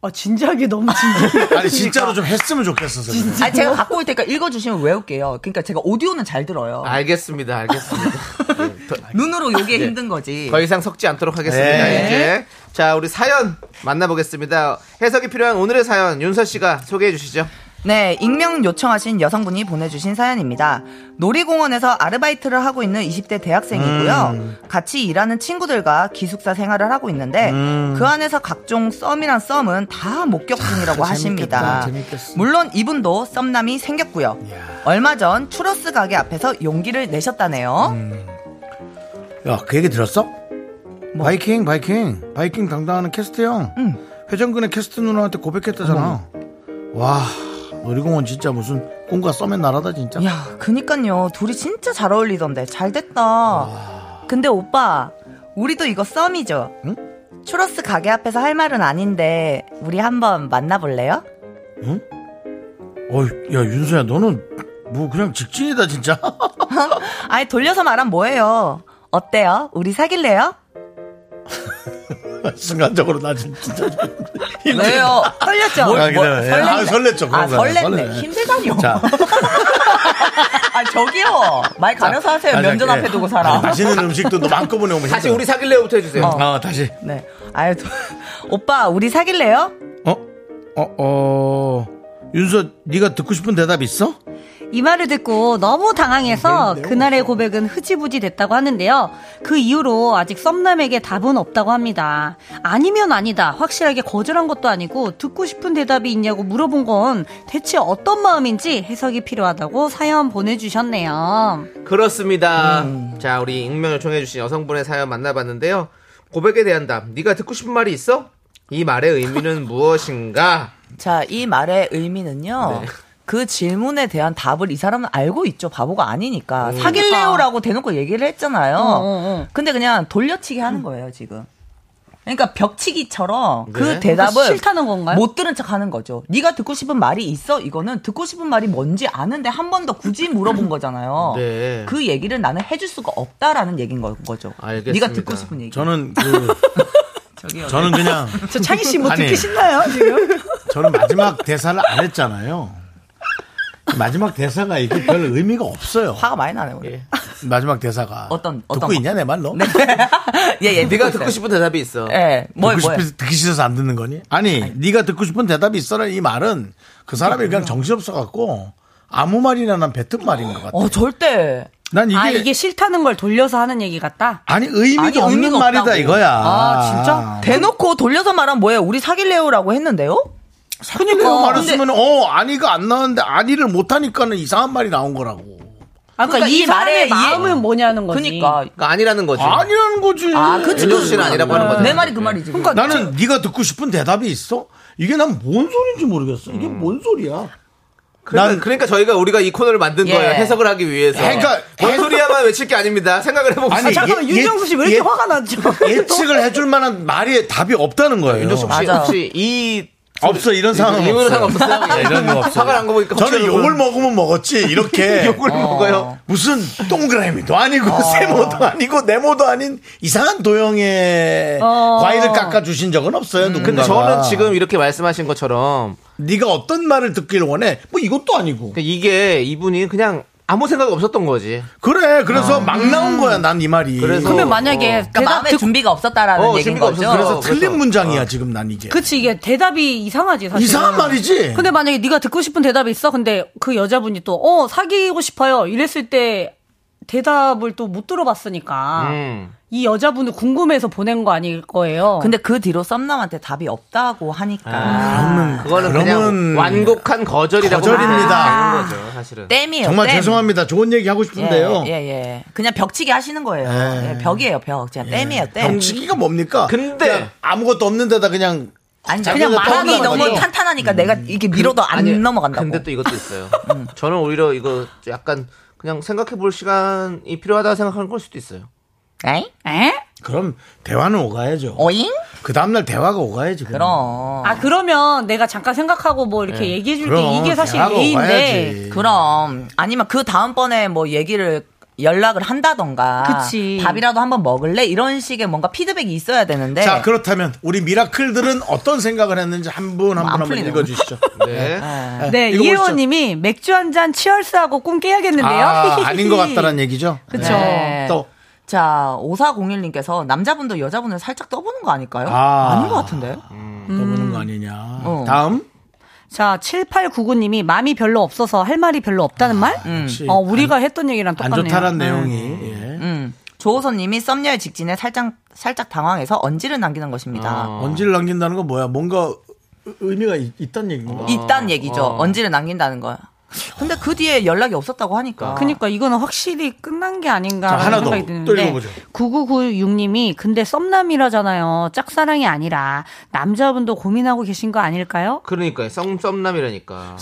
아, 진지하게 너무 진지해. 아니 진짜로 좀 했으면 좋겠어서. 그래. 아 제가 갖고 올 테니까 읽어주시면 외울게요. 그러니까 제가 오디오는 잘 들어요. 아, 알겠습니다. 알겠습니다. 예, 더, 눈으로 요게 네. 힘든 거지. 더 이상 섞지 않도록 하겠습니다. 네. 이제 자 우리 사연 만나보겠습니다. 해석이 필요한 오늘의 사연 윤서 씨가 소개해 주시죠. 네, 익명 요청하신 여성분이 보내주신 사연입니다. 놀이공원에서 아르바이트를 하고 있는 20대 대학생이고요. 같이 일하는 친구들과 기숙사 생활을 하고 있는데 그 안에서 각종 썸이란 썸은 다 목격 중이라고 하십니다. 물론 이분도 썸남이 생겼고요. 얼마 전 추러스 가게 앞에서 용기를 내셨다네요. 야, 그 얘기 들었어? 바이킹, 바이킹, 바이킹 당당하는 캐스트 형. 회전근의 캐스트 누나한테 고백했다잖아. 와, 놀이공원 진짜 무슨 꿈과 썸의 나라다 진짜. 야, 그니까요. 둘이 진짜 잘 어울리던데. 잘 됐다. 근데 오빠, 우리도 이거 썸이죠? 응? 추러스 가게 앞에서 할 말은 아닌데, 우리 한번 만나볼래요? 어, 야 윤서야, 너는 뭐 그냥 직진이다 진짜. 아니, 돌려서 말하면 뭐예요? 어때요? 우리 사귈래요? 순간적으로 나 지금 진짜. 힘들다. 왜요? 설렜죠? 아, 그래요. 예. 아, 설렜죠. 그런 아, 사람. 설렜네. 설레네. 힘들다니요. 자, 아, 저기요. 말 가려서 하세요. 아, 자, 면전 예. 앞에 두고 아니, 살아. 맛있는 음식도 너무 한꺼번에 오면 다시 뭐 힘들어. 우리 사귈래요부터 해주세요. 어. 아, 다시. 네. 아유, 도- 오빠, 우리 사귈래요? 어, 어, 어. 윤서, 네가 듣고 싶은 대답 있어? 이 말을 듣고 너무 당황해서 그날의 고백은 흐지부지 됐다고 하는데요. 그 이후로 아직 썸남에게 답은 없다고 합니다. 아니면 아니다. 확실하게 거절한 것도 아니고 듣고 싶은 대답이 있냐고 물어본 건 대체 어떤 마음인지 해석이 필요하다고 사연 보내주셨네요. 그렇습니다. 자 우리 익명 요청해 주신 여성분의 사연 만나봤는데요. 고백에 대한 답. 네가 듣고 싶은 말이 있어? 이 말의 의미는 무엇인가? 자, 이 말의 의미는요. 그 질문에 대한 답을 이 사람은 알고 있죠. 바보가 아니니까. 사귈래요라고 대놓고 얘기를 했잖아요. 어, 어. 근데 그냥 돌려치기 하는 거예요, 지금. 그러니까 벽치기처럼 네. 그 대답을 그러니까 싫다는 건가요? 못 들은 척 하는 거죠. 네가 듣고 싶은 말이 있어? 이거는 듣고 싶은 말이 뭔지 아는데 한 번 더 굳이 물어본 거잖아요. 네. 그 얘기를 나는 해줄 수가 없다라는 얘기인 거- 거죠. 알겠습니다. 네가 듣고 싶은 얘기. 저는 그. 저는 그냥 네. 저 창희 씨 뭐 아니. 듣기 싫나요, 지금? 저는 마지막 대사를 안 했잖아요. 마지막 대사가 이게 별 의미가 없어요. 화가 많이 나네, 오늘. 예. 마지막 대사가 어떤- 듣고 어떤 네. 거? 있냐 내 말로? 예, 예. 네가 있어요. 듣고 싶은 대답이 있어. 예. 뭐, 듣고 뭐. 싶 듣기 싫어서 안 듣는 거니? 아니, 네가 듣고 싶은 대답이 있어라 이 말은 그 사람이 그냥 정신없어 갖고 아무 말이나 난 뱉은 말인 것 같아. 어, 절대. 난 이게, 아, 이게 싫다는 걸 돌려서 하는 얘기 같다? 아니 의미가 아니, 없는 의미가 말이다 없다고. 이거야. 아, 진짜? 대놓고 돌려서 말하면 뭐예요? 우리 사귈래요라고 했는데요? 그러니까 말했으면 어 아니가 안 나왔는데 아니를 못 하니까는 이상한 말이 나온 거라고. 아, 그러니까 그러니까, 이 이 말의 사람의 마음은 이해- 뭐냐는 거지. 그러니까 그러니까 아니라는 거지. 아니라는 거지. 아, 그치, 윤정 그치. 씨는 아니라고 하는 거죠. 내 말이 그 말이지. 그러니까 나는 네가 듣고 싶은 대답이 있어? 이게 난 뭔 소리인지 모르겠어. 이게 음. 뭔 소리야? 아, 그러니까, 난- 그러니까 저희가 우리가 이 코너를 만든 예. 거예요. 해석을 하기 위해서. 그러니까 뭔 해석- 소리야만 외칠 게 아닙니다. 생각을 해봅시다. 아니, 잠깐만, 예- 윤정수 씨 왜 이렇게 예- 화가 나죠? 예측을 해줄 만한 말이 답이 없다는 거예요. 윤정수 혹시, 맞아. 혹시 이 없어 이런 상황 없어요. 이분은 예, 상관없어요. 이런 거 없어요. 화가 난 거 보니까 저는 혹시 욕을 여러분 먹으면 먹었지 이렇게 욕을 어. 먹어요. 무슨 동그라미도 아니고 세모도 아니고 네모도 아닌 이상한 도형의 어. 과일을 깎아 주신 적은 없어요. 음. 근데 누군가가. 저는 지금 이렇게 말씀하신 것처럼 네가 어떤 말을 듣길 원해? 뭐 이것도 아니고 그러니까 이게 이분이 그냥 아무 생각 없었던 거지. 그래 그래서 막 나온 거야 난 이 말이. 그래서 그러면 어. 만약에 대답 그러니까 마음의 듣 준비가 없었다라는 어, 얘기인 준비가 거죠. 없었어. 그래서 틀린 그래서- 문장이야 지금 난 이게 그치 이게 대답이 이상하지 사실. 이상한 말이지. 근데 만약에 네가 듣고 싶은 대답이 있어. 근데 그 여자분이 또 어 사귀고 싶어요. 이랬을 때 대답을 또 못 들어봤으니까 음. 이 여자분을 궁금해서 보낸 거 아닐 거예요. 근데 그 뒤로 썸남한테 답이 없다고 하니까. 아, 그거는 그러면 그냥 완곡한 거절이라고 거절입니다. 하는 거죠, 사실은. 땜이에요. 정말 땜. 죄송합니다. 좋은 얘기 하고 싶은데요. 네. 예, 예, 예. 그냥 벽치기 하시는 거예요. 예. 예, 벽이에요, 벽. 그냥 네. 땜이에요, 땜. 병치기가 뭡니까? 근데- 그냥 아무것도 없는 데다 그냥 아니, 자기가 그냥 마음이 떠오르는 너무 거죠. 탄탄하니까 내가 이게 밀어도 안 아니, 넘어간다고. 음. 근데 또 이것도 있어요. 저는 오히려 이거 약간 그냥 생각해 볼 시간이 필요하다고 생각하는 걸 수도 있어요. 에잉? 에? 그럼 대화는 오가야죠. 어잉? 어. 그 다음날 대화가 오가야지. 그럼. 아 그러면 내가 잠깐 생각하고 뭐 이렇게 얘기해 줄 때 어. 예. 그럼 이게 사실 대화가 예인데 오가야지. 그럼 아니면 그 다음번에 뭐 얘기를 연락을 한다던가 그치. 밥이라도 한번 먹을래 이런 식의 뭔가 피드백이 있어야 되는데 자 그렇다면 우리 미라클들은 어떤 생각을 했는지 한 분 한 분 안 한 분 풀리네요. 아. 읽어주시죠. 네. 네, 네, 읽어보시죠. 이혜원님이 맥주 한 잔 치얼스하고 꿈 깨야겠는데요. 아, 아닌 것 같다라는 얘기죠. 그쵸. 네. 그렇죠. 또 자 5401님께서 남자분도 여자분을 살짝 떠보는 거 아닐까요? 아. 아. 닌것 같은데 떠보는 거 아니냐. 어. 다음 자, 7899님이 마음이 별로 없어서 할 말이 별로 없다는 말? 음. 혹시 어, 우리가 했던 얘기랑 음. 안 똑같네요. 좋다란 네. 내용이 예. 음. 조호선님이 썸녀의 직진에 살짝 살짝 당황해서 언지를 남기는 것입니다 어. 언지를 남긴다는 건 뭐야? 뭔가 의- 의미가 있, 있단 얘기인가? 있단 얘기죠 언지를 남긴다는 거야 근데 그 뒤에 연락이 없었다고 하니까 그니까 그러니까 이거는 확실히 끝난 게 자, 아닌가 하나 라는 더. 생각이 또 드는데 읽어보죠. 9996님이 근데 썸남이라잖아요 짝사랑이 아니라 남자분도 고민하고 계신 거 아닐까요? 그러니까 썸썸남이라니까.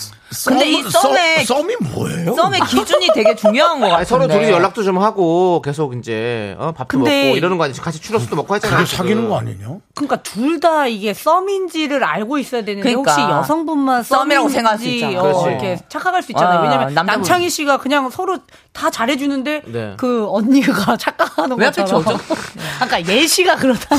근데 이 썸의- 썸, 이 뭐예요? 썸의 기준이 되게 중요한 것 같아요. 아니, 서로 둘이서 연락도 좀 하고 계속 이제 어, 밥도 근데- 먹고 이러는 거 아니지? 같이 추러스도 먹고 그게 했잖아요. 사귀는 거 어. 아니냐? 그러니까 둘 다 이게 썸인지를 알고 있어야 되는데 그러니까. 혹시 여성분만 썸이라고 썸인지, 생각할 수 있잖아. 어, 그렇지. 이렇게 착각할 수 있잖아요. 아, 왜냐면 남자분. 남창희 씨가 그냥 서로 다 잘해주는데 네. 그 언니가 착각하는 왜 앞에 것처럼. 저죠? 아까 예시가 그렇다.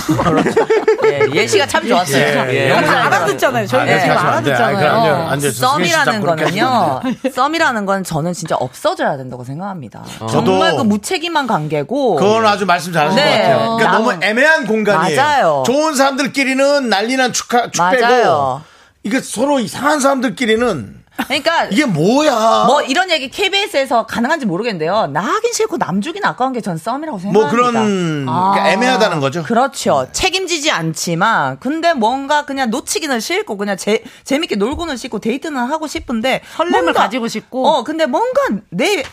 예, 예시가 참 좋았어요. 예, 예. 너무 잘 알아듣잖아요. 저희 아, 가 네. 지금 다시 안 돼. 아이, 알아듣잖아요. 그럼요. 안 돼요. 승희 씨 썸이라는 자꾸 그렇게 거는요. 썸이라는 건 저는 진짜 없어져야 된다고 생각합니다. 정말 어. 저도- 그 무책임한 관계고. 그건 아주 말씀 잘하신 네. 것 같아요. 그러니까 남- 너무 애매한 공간이에요. 맞아요. 좋은 사람들끼리는 난리난 축하 축배고 맞아요. 이게 서로 이상한 사람들끼리는 그러니까 이게 뭐야? 뭐 이런 얘기 KBS에서 가능한지 모르겠는데요. 나긴 싫고 남 주긴 아까운 게 전 썸이라고 뭐 생각합니다. 아. 그런 그러니까 애매하다는 거죠. 네. 그렇죠. 책임지지 않지만 근데 뭔가 그냥 놓치기는 싫고 그냥 재 재밌게 놀고는 싶고 데이트는 하고 싶은데 설렘을 가지고 싶고. 어 근데 뭔가 내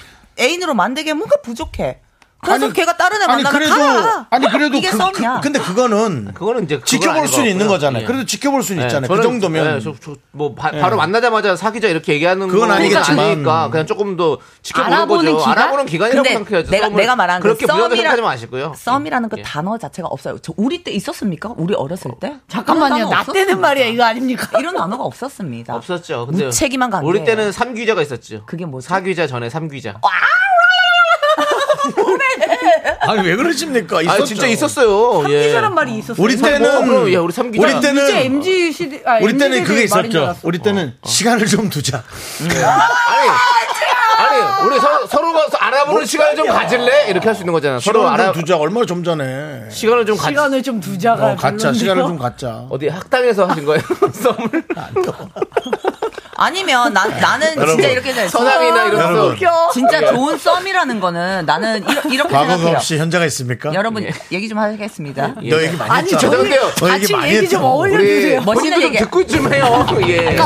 애인으로 만들기에 뭔가 부족해. 그래서 걔가 다른 애 아니, 만나면 그래도- 가라. 아니 그래도 이게 그- 썸이야. 그- 근데 그거는 그거는 이제 그건 지켜볼 아닌 수는 것 있는 같고요. 거잖아요. 예. 그래도 지켜볼 수는 예, 있잖아요. 저는- 그 정도면 예, 저- 저- 뭐 바, 로 만나자마자 사귀자 이렇게 얘기하는 그건 거가 아니겠지만. 아니니까 그냥 조금 더 지켜보는 알아보는 거죠. 기간? 알아보는 기간이라고 근데 생각해야죠. 내가 썸을 내가 말하는 그렇게 그 무리하게 썸이라- 생각하지 마시고요. 썸이라는 그 예. 단어 자체가 없어요. 저 우리 때 있었습니까? 우리 어렸을 때? 잠깐만요. 이런 단어 나 때는 없었습니다. 말이야 이거 아닙니까? 이런 단어가 없었습니다. 없었죠. 근데 무책임한 관계. 우리 때는 삼귀자가 있었죠. 그게 아, 뭐죠? 사귀자 전에 삼귀자. 아니 왜 그러십니까? 아 있었죠. 진짜 있었어요. 예. 삼기자란 말이 있었어요. 우리 때는 뭐, 그럼, 예, 우리 삼기자. 우리 때는 이제 MG 시대, 아, 우리 때는 MZ 그게 세대의 말인 줄 있었죠. 알았어. 우리 때는 시간을 좀 두자. 아니, 아니, 우리 서로, 서로가 알아보는 시간을 좀 가질래? 이렇게 할 수 있는 거잖아. 서로 시간을 알아, 좀 두자. 얼마 좀 전에 시간을 좀 가질 시간을 좀 두자가 어, 갖자. 별론데요? 시간을 좀 갖자. 어디 학당에서 하신 거예요? 썸을? 아니면 나, 나는 여러분, 진짜 이렇게 생각해요. 선함이나 이런 여러분. 거. 웃겨. 진짜 좋은 썸이라는 거는 나는 이렇게 과거가 생각해요. 없이 현재가 있습니까? 여러분 예. 얘기 좀 하겠습니다. 너 얘기 많이 아니, 했잖아. 저희 죄송해요. 너 얘기 같이 많이 얘기 좀 했잖아. 어울려주세요. 우리, 멋있는 우리도 좀 얘기. 듣고 좀 해요. 예.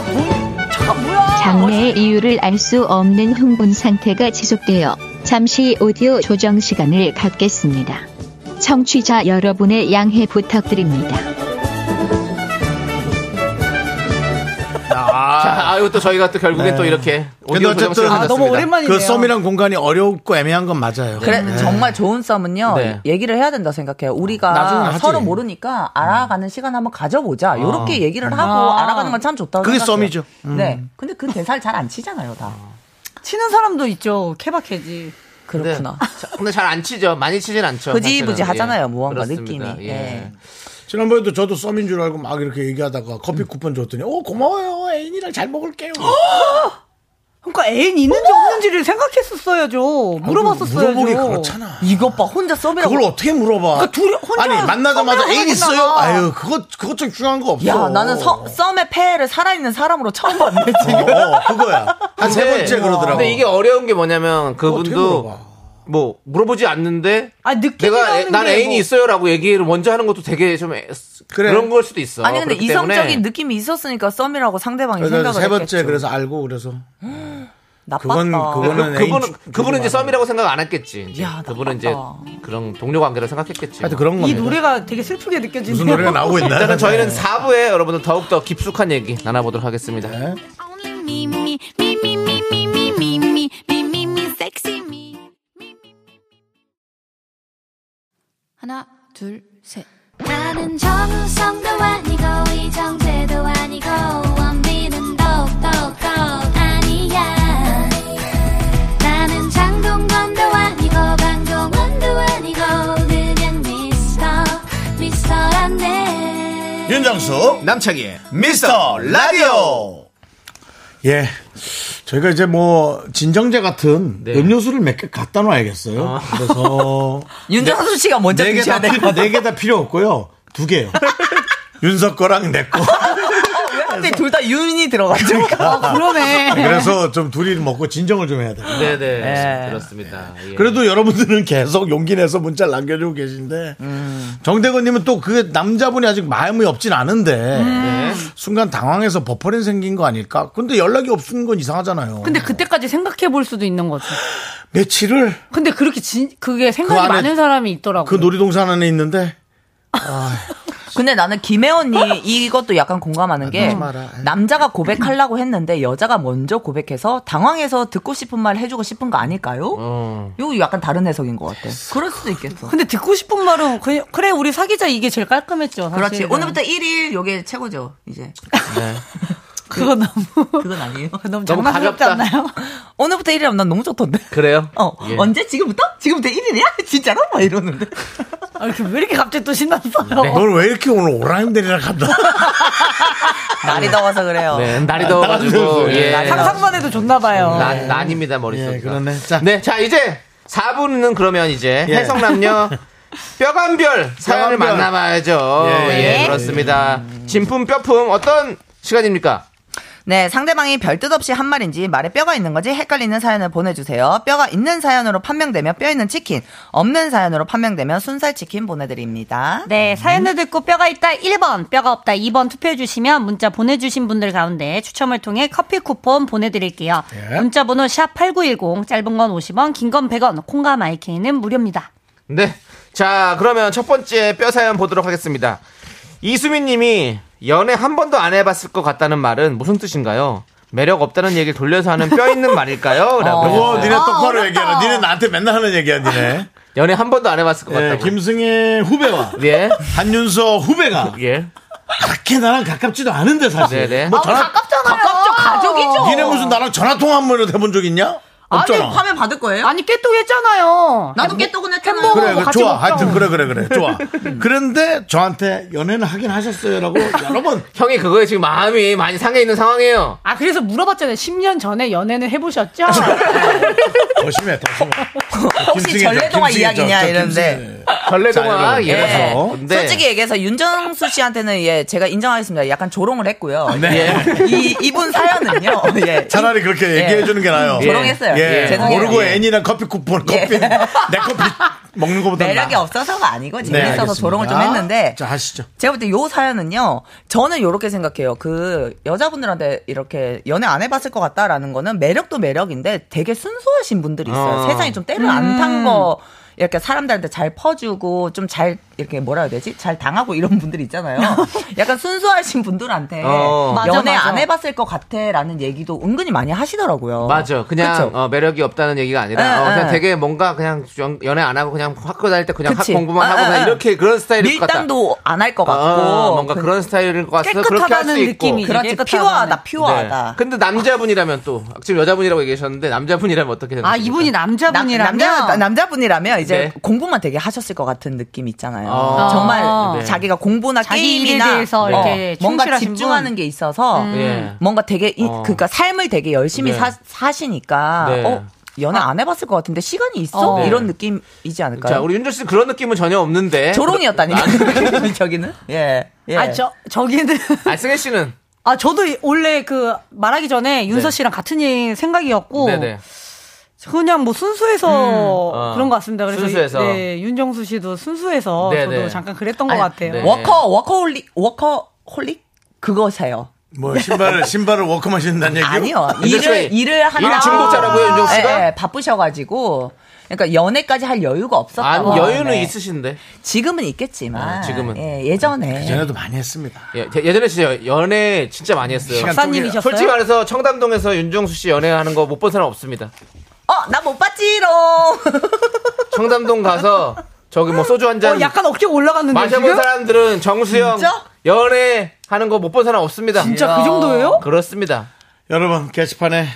장래의 이유를 알 수 없는 흥분 상태가 지속되어 잠시 오디오 조정 시간을 갖겠습니다. 청취자 여러분의 양해 부탁드립니다. 자, 아유, 또 저희가 또 결국엔 또 이렇게. 네. 근데 오디오 어쨌든 조정실을 아, 너무 하셨습니다. 오랜만이네요. 그 썸이란 공간이 어렵고 애매한 건 맞아요. 네. 그래 정말 좋은 썸은요 네. 얘기를 해야 된다 생각해요. 나중에 우리가 하지. 아. 서로 모르니까 알아가는 시간 한번 가져보자. 이렇게 얘기를 하고 아. 알아가는 건 참 좋다고 그게 생각해요. 썸이죠. 음. 네. 근데 그 대사를 잘 안 치잖아요, 다. 치는 사람도 있죠. 네. 케바케지. 그렇구나. 자, 근데 잘 안 치죠. 많이 치진 않죠. 사실은. 흐지부지 예. 하잖아요, 무언가 그렇습니다. 느낌이. 예. 예. 지난번에도 저도 썸인 줄 알고 막 이렇게 얘기하다가 커피 쿠폰 줬더니 오 고마워요 애인이랑 잘 먹을게요. 어? 그러니까 애인 있는지 없는지를 생각했었어야죠. 물어봤었어야죠. 물어보기 그렇잖아. 이것 봐, 혼자 썸이라고. 그걸 어떻게 물어봐? 그러니까 둘이 혼자 아니 만나자마자 썸이라고 애인 하겠나 있어요? 봐. 아유 그것 그것 좀 중요한 거 없어. 야, 나는 서- 썸의 폐해를 살아있는 사람으로 처음 봤네, 어, 지금. 어, 그거야. 한 세 근데- 번째 그러더라고. 근데 이게 어려운 게 뭐냐면 어떻게 그분도 물어봐? 뭐 물어보지 않는데 아, 느낌이 내가 애- 나는 난 게 애인이 뭐. 있어요라고 얘기를 먼저 하는 것도 되게 좀 애- 그래. 그런 걸 수도 있어. 아니, 근데 그렇기 때문에 이성적인 느낌이 있었으니까 썸이라고 상대방이 그래서 생각을 세 번째 했겠죠. 그래서 알고 그래서 나빴다. 그건 그- 그거는 애인 그분은 주- 그분은 이제 주지 마. 썸이라고 생각 안 했겠지. 이제. 야, 그분은 이제 나빴다. 그런 동료 관계를 생각했겠지. 하여튼 그런 이 겁니다. 노래가 되게 슬프게 느껴지네요. 무슨 노래가 나오고 있나요? 일단은 저희는 4부에 여러분들 더욱더 깊숙한 얘기 나눠보도록 하겠습니다. 네. Only me, me, me, me, me, me, me, me, me, me, me, me, sexy me. 하나, 둘, 셋. 나는 정우성도 아니고 이정재도 아니고 원빈은 더욱더 아니야 나는 장동건도 아니고 윤정수 남창희의 미스터 라디오 예. 저희가 이제 뭐 진정제 같은 네. 음료수를 몇 개 갖다 놔야겠어요. 그래서 윤정수 씨가 먼저 드셔야 될 것 같아요. 네개 다 필요 없고요. 두 개요. 윤석 거랑 내 거. 근데 둘 다 윤이 그러니까. 아, 들어가니까. 그러네. 그래서 좀 둘이 먹고 진정을 좀 해야 돼요. 네네 네. 그렇습니다 예. 그래도 여러분들은 계속 용기 내서 문자를 남겨주고 계신데 정대건님은 또 그게 남자분이 아직 마음이 없진 않은데 순간 당황해서 버퍼링 생긴 거 아닐까? 근데 연락이 없는 건 이상하잖아요. 근데 그때까지 생각해 볼 수도 있는 거죠. 며칠을 근데 그렇게 진, 그게 생각이 그 안에 많은 사람이 있더라고요. 그 놀이동산 안에 있는데 근데 나는 김혜원이 이것도 약간 공감하는 게 하지 마라. 아. 남자가 고백하려고 했는데 여자가 먼저 고백해서 당황해서 듣고 싶은 말 해주고 싶은 거 아닐까요? 어. 이거 약간 다른 해석인 것 같아. 그럴 수도 있겠어. 근데 듣고 싶은 말은 그냥, 그래 우리 사귀자 이게 제일 깔끔했죠. 사실은. 그렇지. 오늘부터 1일 요게 최고죠. 이제 네. 그거 너무 그건 아니에요. 너무 너무 장난스럽지 가볍다. 않나요? 오늘부터 1일이면 난 너무 좋던데. 그래요? 어 예. 언제 지금부터? 지금부터 1일이야? 진짜로? 막 이러는데. 아, 이렇게 왜 이렇게 갑자기 또 신났어요? 네. 넌 왜 이렇게 오늘 오라임들이랑 간다? 날이 더워서 그래요. 아, 네, 날이 더워가지고 네, 예. 날이 더워. 상상만 해도 좋나 봐요. 난, 난입니다 머릿속이 예, 그러네. 자. 네, 자 이제 4분은 그러면 이제 예. 해성남녀 뼈간별 사연을 뼈간별. 만나봐야죠 예. 예, 예. 그렇습니다 진품 뼈품 어떤 시간입니까? 네, 상대방이 별뜻 없이 한 말인지 말에 뼈가 있는 건지 헷갈리는 사연을 보내주세요. 뼈가 있는 사연으로 판명되면 뼈 있는 치킨, 없는 사연으로 판명되면 순살 치킨 보내드립니다. 네, 음? 사연을 듣고 뼈가 있다 1번, 뼈가 없다 2번 투표해주시면 문자 보내주신 분들 가운데 추첨을 통해 커피 쿠폰 보내드릴게요. 예. 문자 번호 샵8910, 짧은 건 50원, 긴 건 100원, 콩과 마이케이는 무료입니다. 네. 자, 그러면 첫 번째 뼈 사연 보도록 하겠습니다. 이수민 님이 연애 한 번도 안 해봤을 것 같다는 말은 무슨 뜻인가요? 매력 없다는 얘기를 돌려서 하는 뼈 있는 말일까요? 라고. 어, 하셨어요. 니네 똑바로 얘기하라. 니네 나한테 맨날 하는 얘기야, 니네. 연애 한 번도 안 해봤을 것 예, 같다고. 김승혜 후배와 예. 한윤서 후배가 예. 그렇게 나랑 가깝지도 않은데 사실. 네네. 뭐 전화 가깝잖아요. 가깝죠, 가족이죠. 니네 무슨 나랑 전화 통화 한 번이라도 해본 적 있냐? 없잖아. 받을 거예요? 아니, 깨똑했잖아요. 나도 깨똑은 했잖아. 그래, 그래, 같이 좋아. 먹자. 하여튼, 그래, 그래, 그래. 좋아. 음. 그런데 저한테 연애는 하긴 하셨어요라고 여러 번. 형이 그거에 지금 마음이 많이 상해 있는 상황이에요. 아, 그래서 물어봤잖아요. 10년 전에 연애는 해보셨죠? 더 심해, 더 심해. 혹시 김승희죠, 전래동화 김승희죠, 이야기냐 저 이러는데. 네. 김승희. 네. 자, 전래동화 여러분, 예. 그래서. 근데 솔직히 얘기해서 윤정수 씨한테는 예 제가 인정하겠습니다. 약간 조롱을 했고요. 예. 네. 이 이분 사연은요. 예. 차라리 그렇게 얘기해 주는 게 나아요. 예. 조롱했어요. 예. 죄송해요. 모르고 예. 애니랑 커피 쿠폰, 커피, 예. 내 커피 먹는 것보다. 매력이 없어서가 아니고 네, 재밌어서 조롱을 좀 했는데 자, 하시죠. 제가 볼 때 요 사연은요, 저는 요렇게 생각해요. 그, 여자분들한테 이렇게 연애 안 해봤을 것 같다라는 거는 매력도 매력인데 되게 순수하신 분들이 있어요. 어. 세상에 좀 때를 안 탄 거, 이렇게 사람들한테 잘 퍼주고, 좀 잘 이렇게 뭐라 해야 되지? 잘 당하고 이런 분들 있잖아요. 약간 순수하신 분들한테 어. 맞아, 연애 맞아. 안 해봤을 것 같아 라는 얘기도 은근히 많이 하시더라고요. 맞아. 그냥 그쵸? 어, 매력이 없다는 얘기가 아니라 예, 어, 그냥 예. 되게 뭔가 그냥 연- 연애 안 하고 그냥 학교 다닐 때 그냥 그치. 학 공부만 아, 하고 아, 그냥 아. 이렇게 그런 스타일일 것 같다. 밀당도 안 할 것 같고. 아, 뭔가 그- 그런 스타일인 것 같아서 그렇게 할 깨끗하다는 수 있고. 네. 느낌이. 그렇지. 깨끗하다는- 피워하다, 피워하다. 근데 남자분이라면 또 지금 여자분이라고 얘기하셨는데 남자분이라면 어떻게 되나요? 아, 이분이 남, 남자분이라면. 남자, 남자분이라면 이제 네. 공부만 되게 하셨을 것 같은 느낌 있잖아요. 아. 정말 네. 자기가 공부나 자기 게임이나 일에 대해서 어, 이렇게 뭔가 충실하신 집중하는 분. 음. 게 있어서 예. 뭔가 되게 이- 어. 그러니까 삶을 되게 열심히 네. 사, 사시니까 네. 어 연애 안 해봤을 것 같은데 시간이 있어 아. 어. 네. 이런 느낌이지 않을까요? 자, 우리 아, 네. 윤조 씨 그런 느낌은 전혀 없는데. 조롱이었다니까 저기는 예, 예. 아, 저, 저기는. 아, 승혜 씨는 아, 저도 원래 그 말하기 전에 윤서 씨랑 같은 얘기 생각이었고. 네. 네네. 음, 어. 그냥 뭐 순수해서 어, 그런 것 같습니다. 그래서 순수해서. 네, 윤정수 씨도 순수해서 네, 저도 네. 잠깐 그랬던 아니, 것 같아요. 어, 네. 워커 워커홀릭 워커홀릭 그거 사요. 뭐, 신발을, 신발을 워크만 신다는 얘기요? 아니요. 윤정 일을 씨, 일을 하나 일을 중독자라고요, 윤정 씨가? 예, 예, 바쁘셔가지고 그러니까 연애까지 할 여유가 없었다. 네. 아, 여유는 있으신데. 지금은 있겠지만 아, 지금은. 아, 예, 예전에 전에도 많이 했습니다. 예, 예전에 진짜 연애 진짜 많이 했어요. 시간 박사님이셨어요? 솔직히 말해서 청담동에서 윤종수 씨 연애하는 거 못 본 사람 없습니다. 어나 못 봤지롱. 청담동 가서 저기 뭐 소주 한 잔 어, 약간 어깨 올라갔는데 마셔본 지금? 사람들은 정수영 진짜? 연애하는 거 못 본 사람 없습니다. 진짜 그 정도예요? 그렇습니다. 여러분, 게시판에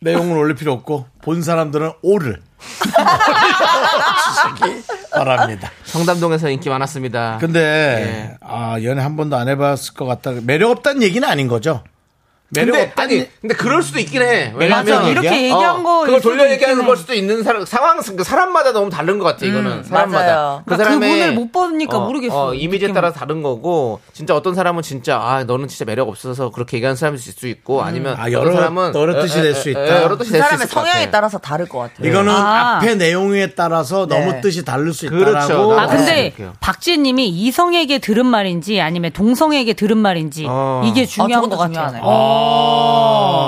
내용을 올릴 필요 없고, 본 사람들은 오를. 주시기 바랍니다. 청담동에서 인기 많았습니다. 근데 아, 연애 한 번도 안 해봤을 것 같다. 매력 없다는 얘기는 아닌 거죠. 매력 근데 없다는 아니 근데 그럴 수도 있긴 해. 매력 왜냐면 없다는 얘기야? 이렇게 얘기한 거일 어, 그걸 수도 돌려 얘기하는 있긴 걸 해. 수도 있는 사람 상황 그 사람마다 너무 다른 것 같아 이거는 사람마다 맞아요. 그 그러니까 사람의 그분을 못 보니까 어, 모르겠어, 어, 이미지에 느낌을. 따라 다른 거고 진짜 어떤 사람은 진짜 아 너는 진짜 매력 없어서 그렇게 얘기하는 사람일 수 있고 아니면 아, 어떤 여러- 사람은 여러 뜻이 에, 될 에, 수 에, 있다. 에, 여러 뜻이 그 될수 사람의 있을 것 같아. 성향에 따라서 다를 것 같아요. 이거는 아. 앞에 내용에 따라서 너무 네. 뜻이 다를 수 그렇죠. 있다라고. 나도 아 근데 생각해요. 박지님이 이성에게 들은 말인지 아니면 동성에게 들은 말인지 어. 이게 아, 중요한 저것도 것 같아요. 중요하네요.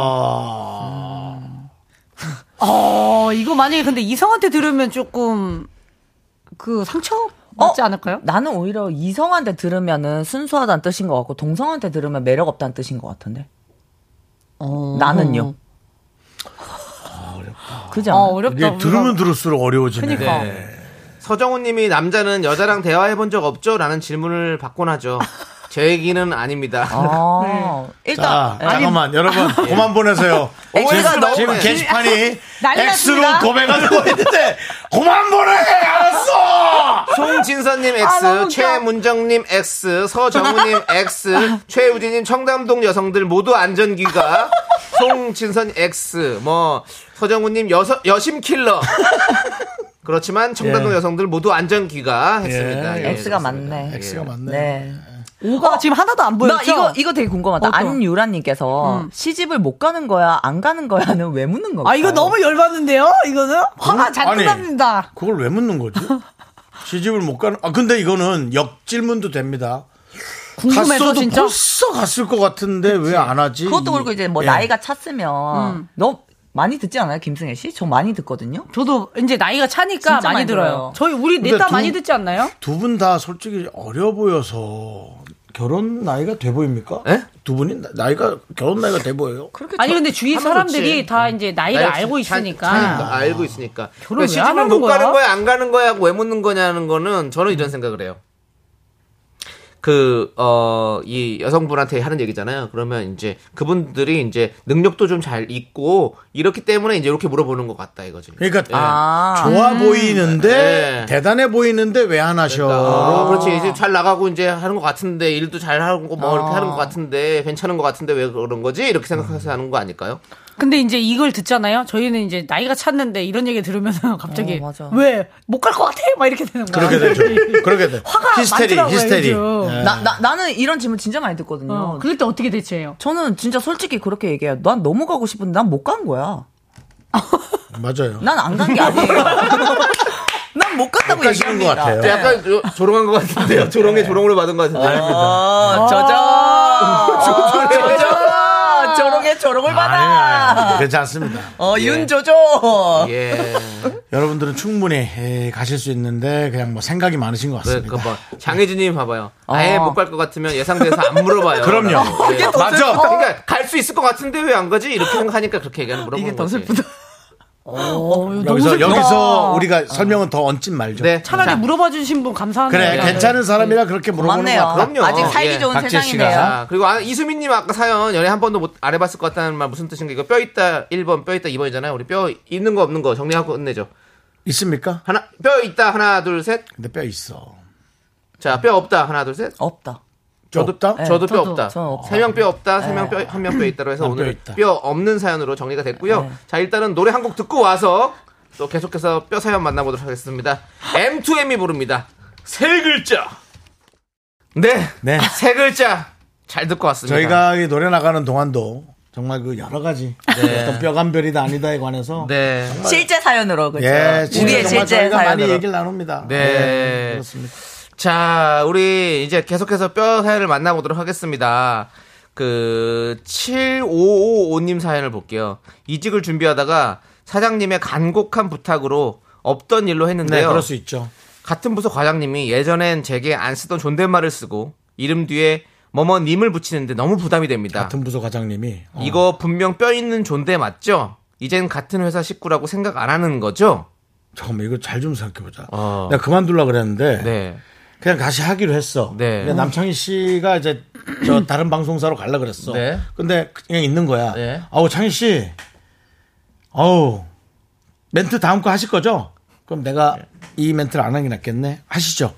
아. 어 이거 만약에 근데 이성한테 들으면 조금 그 상처 받지 어? 않을까요? 나는 오히려 이성한테 들으면은 순수하다는 뜻인 것 같고 동성한테 들으면 매력 없다는 뜻인 것 같은데. 음. 나는요. 아, 그죠? 어 어렵다. 이게 들으면 들을수록 어려워지네. 그러니까. 서정훈님이 남자는 여자랑 대화해본 적 없죠?라는 질문을 받곤 하죠. 제 얘기는 아닙니다. 아, 자, 일단 잠깐만 여러분 고만 보내세요. 엑스가 지금, 너무 지금 많아요. 게시판이 난리 X로 났습니다. 고백하고 있는데 고만 보내 알았어. 아, 송진선님 X, 최문정님 X, 서정우님 X, 최우진님 청담동 여성들 모두 안전기가 송진선 X, 뭐 서정우님 여서, 여심킬러. 그렇지만 청담동 예. 여성들 모두 안전기가 했습니다. 예, 예, 그렇습니다. X가 맞네. X가 맞네. 네. 오가 어, 지금 하나도 안 보였죠? 나 이거 이거 되게 궁금하다. 어떤? 안유란님께서 시집을 못 가는 거야, 안 가는 거야는 왜 묻는 걸까? 아 이거 너무 열받는데요? 이거는 화가 잔뜩 아니. 납니다. 그걸 왜 묻는 거지? 시집을 못 가는. 아 근데 이거는 역 질문도 됩니다. 궁금해서 갔어도 진짜. 벌써 갔을 것 같은데 왜 안 하지? 그것도 그렇고 이제 뭐 예. 나이가 찼으면 너 많이 듣지 않아요, 김승혜 씨? 저 많이 듣거든요. 저도 이제 나이가 차니까 진짜 많이, 많이 들어요. 들어요. 저희 우리 근데 넷다 두- 많이 듣지 않나요? 두 분 다 솔직히 어려 보여서 결혼 나이가 돼 보입니까? 예? 두 분이 나- 나이가 결혼 나이가 돼 보여요? 아니 근데 주위 하면 사람들이 좋지. 다 이제 아, 나이를 나이가 알고 차- 있으니까. 차니까, 알고 있으니까. 그러니까 결혼 왜 시집을 안 못 하는 가는 거야? 거야, 안 가는 거야, 하고 왜 묻는 거냐는 거는 저는 이런 생각을 해요. 그, 어, 이 여성분한테 하는 얘기잖아요. 그러면 이제 그분들이 이제 능력도 좀 잘 있고, 이렇기 때문에 이제 이렇게 물어보는 것 같다, 이거지. 그러니까 아. 좋아 보이는데 예. 대단해 보이는데 왜 안 하셔? 아, 그렇지. 이제 잘 나가고 이제 하는 것 같은데, 일도 잘 하고 뭐 아. 이렇게 하는 것 같은데, 괜찮은 것 같은데 왜 그런 거지? 이렇게 생각해서 하는 거 아닐까요? 근데 이제 이걸 듣잖아요. 저희는 이제 나이가 찼는데 이런 얘기 들으면 갑자기 어, 맞아. 왜 못 갈 것 같아? 막 이렇게 되는 거야. 그렇게 되죠. 그렇게 돼. 화가 히스테리, 많더라고요, 히스테리. 요즘. 예. 네. 나, 나 나는 이런 질문 진짜 많이 듣거든요. 어, 그럴 때 어떻게 대처해요? 저는 진짜 솔직히 그렇게 얘기해요. 난 너무 가고 싶은데 난 못 간 거야. 예. 맞아요. 난 안 간 게 아니에요. 난 못 갔다고 가시는 것 얘기합니다. 같아요. 네. 약간 조- 조롱한 것 같은데요. 조롱에 조롱으로 받은 것 같은데. 아. 어, 저저. 저저. 조롱에 조롱을 아니, 받아. 아니, 그렇지 않습니다. 어, 윤조조. 예. 여러분들은 충분히 에, 가실 수 있는데 그냥 뭐 생각이 많으신 것 네, 같습니다. 그, 뭐, 장혜진님 봐봐요. 아예 못 갈 것 같으면 예상돼서 안 물어봐요. 그럼요. 라고. 예. 맞아. 그러니까 갈 수 있을 것 같은데 왜 안 가지? 이렇게 생각하니까 그렇게 얘기하는 물어보는 이게 더 거지. 슬프다. 네. 여기서 여기서 우리가 설명은 더 얹진 말죠. 네. 차라리 자, 물어봐 주신 분 감사하네요. 그래, 괜찮은 사람이라 그렇게 물어보는 것 맞네요. 같아. 그럼요. 아직 살기 예, 좋은 박재 씨가. 세상이네요. 자, 그리고 아, 이수민님 아까 사연 연애 한 번도 못, 안 해봤을 것 같다는 말 무슨 뜻인가? 이거 뼈 있다 1번, 뼈 있다 2번이잖아요. 우리 뼈 있는 거 없는 거 정리하고 끝내죠. 있습니까? 하나, 뼈 있다 하나, 둘, 셋. 근데 뼈 있어. 자, 뼈 없다 하나, 둘, 셋. 없다. 저도 없다? 네, 저도 뼈 저도, 없다. 저는 없어요. 네. 세 명 뼈 없다. 세 명 뼈 한 명 뼈 있다로 해서 난뼈 오늘 있다. 뼈 없는 사연으로 정리가 됐고요. 네. 자 일단은 노래 한 곡 듣고 와서 또 계속해서 뼈 사연 만나보도록 하겠습니다. M2M이 부릅니다. 세 글자. 네, 네. 세 글자 잘 듣고 왔습니다. 저희가 이 노래 나가는 동안도 정말 그 여러 가지 어떤 뼈간별이다 아니다에 관해서 네, 아. 실제 사연으로 그죠? 예, 진짜 우리의 정말 실제 저희가 많이 사연으로. 얘기를 나눕니다. 예, 네. 그렇습니다. 자, 우리 이제 계속해서 뼈 사연을 만나보도록 하겠습니다. 그, 7555님 사연을 볼게요. 이직을 준비하다가 사장님의 간곡한 부탁으로 없던 일로 네, 했는데요. 그럴 수 있죠. 같은 부서 과장님이 예전엔 제게 안 쓰던 존댓말을 쓰고 이름 뒤에 뭐뭐님을 붙이는데 너무 부담이 됩니다. 같은 부서 과장님이 어, 아. 이거 분명 뼈 있는 존대 맞죠? 이젠 같은 회사 식구라고 생각 안 하는 거죠? 잠깐만 이거 잘 좀 생각해보자. 어. 내가 그만둘라 그랬는데 네. 그냥 다시 하기로 했어. 네. 근데 남창희 씨가 이제 저 다른 방송사로 갈라 그랬어. 네. 근데 그냥 있는 거야. 네. 아우 창희 씨, 아우 멘트 다음 거 하실 거죠? 그럼 내가 이 멘트를 안 하는 게 낫겠네. 하시죠.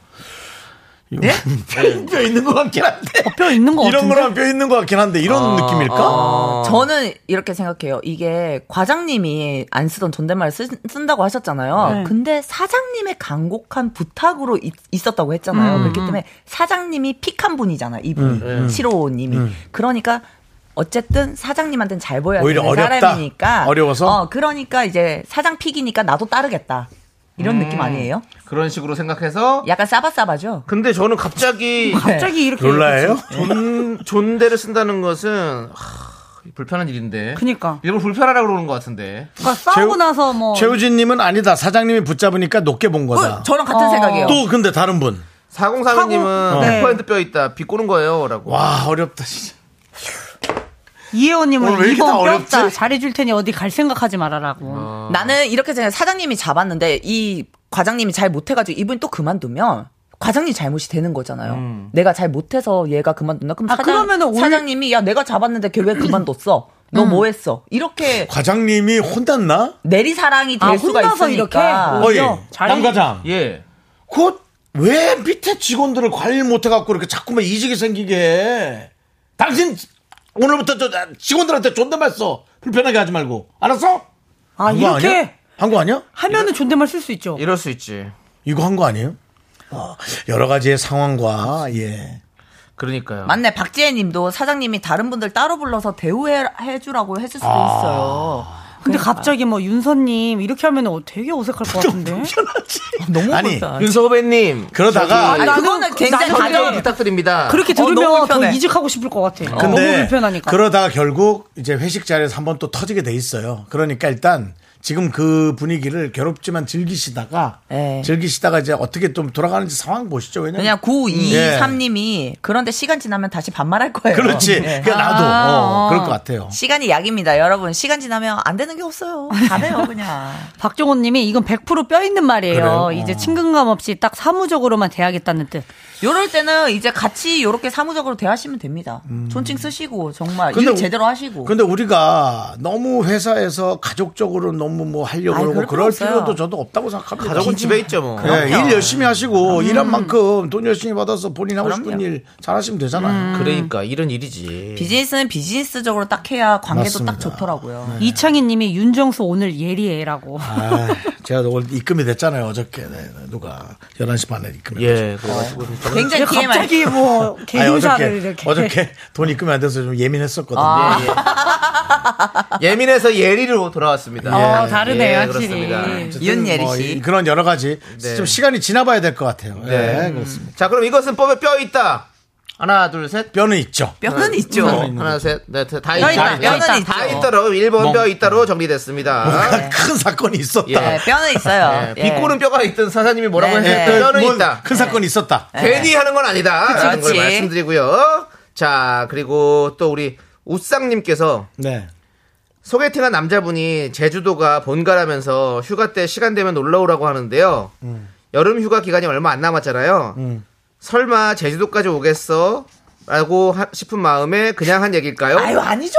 예? 뼈, 뼈 있는 것 같긴 한데. 뼈 어, 있는 것 이런 같은데? 거랑 뼈 있는 것 같긴 한데 아. 이런 느낌일까? 아. 어. 어. 저는 이렇게 생각해요. 이게 과장님이 안 쓰던 존댓말을 쓰, 쓴다고 하셨잖아요. 네. 근데 사장님의 간곡한 부탁으로 있, 었다고 했잖아요. 음. 그렇기 때문에 사장님이 픽한 분이잖아요. 이분이. 음, 음. 755님이. 그러니까 어쨌든 사장님한테는 잘 보여야 오히려 되는 어렵다. 사람이니까. 어려워서? 어, 그러니까 이제 사장 픽이니까 나도 따르겠다. 이런 음. 느낌 아니에요? 그런 식으로 생각해서 약간 싸바싸바죠? 근데 저는 갑자기 갑자기 이렇게. 롤라예요? 존, 존대를 쓴다는 것은 하, 불편한 일인데 그니까. 일부러 불편하라고 그러는 것 같은데 그러니까 싸우고 최우- 나서 뭐. 어. 최우진님은 아니다. 사장님이 붙잡으니까 높게 본 거다. 어, 저랑 같은 어. 생각이에요. 또 근데 다른 분. 4032님은 어. 네. 100%뼈 있다 비꼬는 거예요 라고 와 어렵다 진짜. 오늘 왜 이혜원님은 이렇게 다 이번 어렵지? 어. 뼈다 잘해줄 테니 어디 갈 생각하지 말아라고. 나는 이렇게 생각 사장님이 잡았는데 이 과장님이 잘 못해가지고 이분이 또 그만두면 과장님 잘못이 되는 거잖아요. 음. 내가 잘 못해서 얘가 그만둔다. 그럼 아, 사장, 그러면은 음. 올- 사장님이 야 내가 잡았는데 걔 왜 그만뒀어? 너 뭐했어? 이렇게 과장님이 혼났나? 내리 사랑이 될 아, 수가 혼나서 있으니까. 이렇게? 오히려 어이, 잘해- 남 과장. 예 곧 왜 밑에 직원들을 관리를 못해갖고 이렇게 자꾸만 이직이 생기게 해. 당신 오늘부터 저 아, 직원들한테 존댓말 써. 불편하게 하지 말고. 알았어? 아, 한거 이렇게? 아니야? 한거 아니야? 하면은 존댓말 쓸 수 있죠. 이럴 수 있지 이거 한 거 아니에요? 어, 여러 가지의 상황과 예. 그러니까요 맞네. 박지혜님도 사장님이 다른 분들 따로 불러서 대우해주라고 해줄 수도 아. 있어요. 근데 그러니까. 갑자기 뭐 윤서님 이렇게 하면 어, 되게 어색할 것 같은데. 너무 아니 윤서 후배님 그러다가 아니, 나는- 그거는 굉장히 나는 다정 그래. 부탁드립니다 그렇게 어, 너무 들으면 더 불편해. 이직하고 싶을 것 같아. 너무 근데 불편하니까. 그러다가 결국 이제 회식 자리에서 한 번 또 터지게 돼 있어요. 그러니까 일단 지금 그 분위기를 괴롭지만 즐기시다가 네. 즐기시다가 이제 어떻게 좀 돌아가는지 상황 보시죠. 왜냐면 그냥 예. 9223님이 그런데 시간 지나면 다시 반말할 거예요. 그렇지. 예. 그러니까 나도 어, 그럴 것 같아요. 시간이 약입니다, 여러분. 시간 지나면 안 되는 게 없어요. 가네요, 그냥. 박종호님이 이건 100%뼈 있는 말이에요. 그래요? 이제 어. 친근감 없이 딱 사무적으로만 대하겠다는 뜻. 요럴 때는 이제 같이 요렇게 사무적으로 대하시면 됩니다. 존칭 쓰시고 정말 근데 일 우- 제대로 하시고. 근데 우리가 너무 회사에서 가족적으로 너무 뭐 하려고 아이, 그러고 그럴 그럴 필요 필요도 없어요. 저도 없다고 생각합니다. 가족은 집에 있죠 뭐 예, 일 열심히 하시고 음. 일한 만큼 돈 열심히 받아서 본인 하고 싶은 일 잘하시면 음. 되잖아요. 그러니까 이런 일이지 비즈니스는 비즈니스적으로 딱 해야 관계도 맞습니다. 딱 좋더라고요. 네. 이창희님이 윤정수 오늘 예리해라고. 아, 제가 오늘 입금이 됐잖아요 어저께 네, 네, 누가 11시 반에 입금이 됐죠. 예 그래가지고 좀- 굉장히 TMI. 갑자기 뭐 아니, 개인사를 이렇게. 어저께 돈 입금이 안 돼서 좀 예민했었거든요. 예, 예. 예민해서 예리로 돌아왔습니다 어, 다르네요, 예, 확실히. 그렇습니다. 이은예리 씨. 뭐 이- 그런 여러 가지 네. 좀 시간이 지나봐야 될 것 같아요. 네, 네. 그렇습니다. 자 그럼 이것은 뼈에 뼈 있다 하나 둘셋 뼈는 있죠. 뼈는 있죠. 하나, 셋, 넷, 다, 다 뼈 있다. 음. 어, 있다, 어. 뼈는 다 있죠. 있다로 1번 뼈 있다로 정리됐습니다. 뭔가 큰 사건이 있었다. 네, 뼈는 있어요. 예, 비꼬는 뼈가 있든 사장님이 뭐라고 네, 해서 네. 뼈는 뭔 있다. 큰 사건이 있었다. 괜히 하는 건 아니다. 라는 걸 그치. 말씀드리고요. 자, 그리고 또 우리 우쌍님께서 네. 소개팅한 남자분이 제주도가 본가라면서 휴가 때 시간 되면 놀러 오라고 하는데요. 음. 여름 휴가 기간이 얼마 안 남았잖아요. 설마 제주도까지 오겠어? 라고 하- 싶은 마음에 그냥 한 얘기일까요? 아유, 아니죠.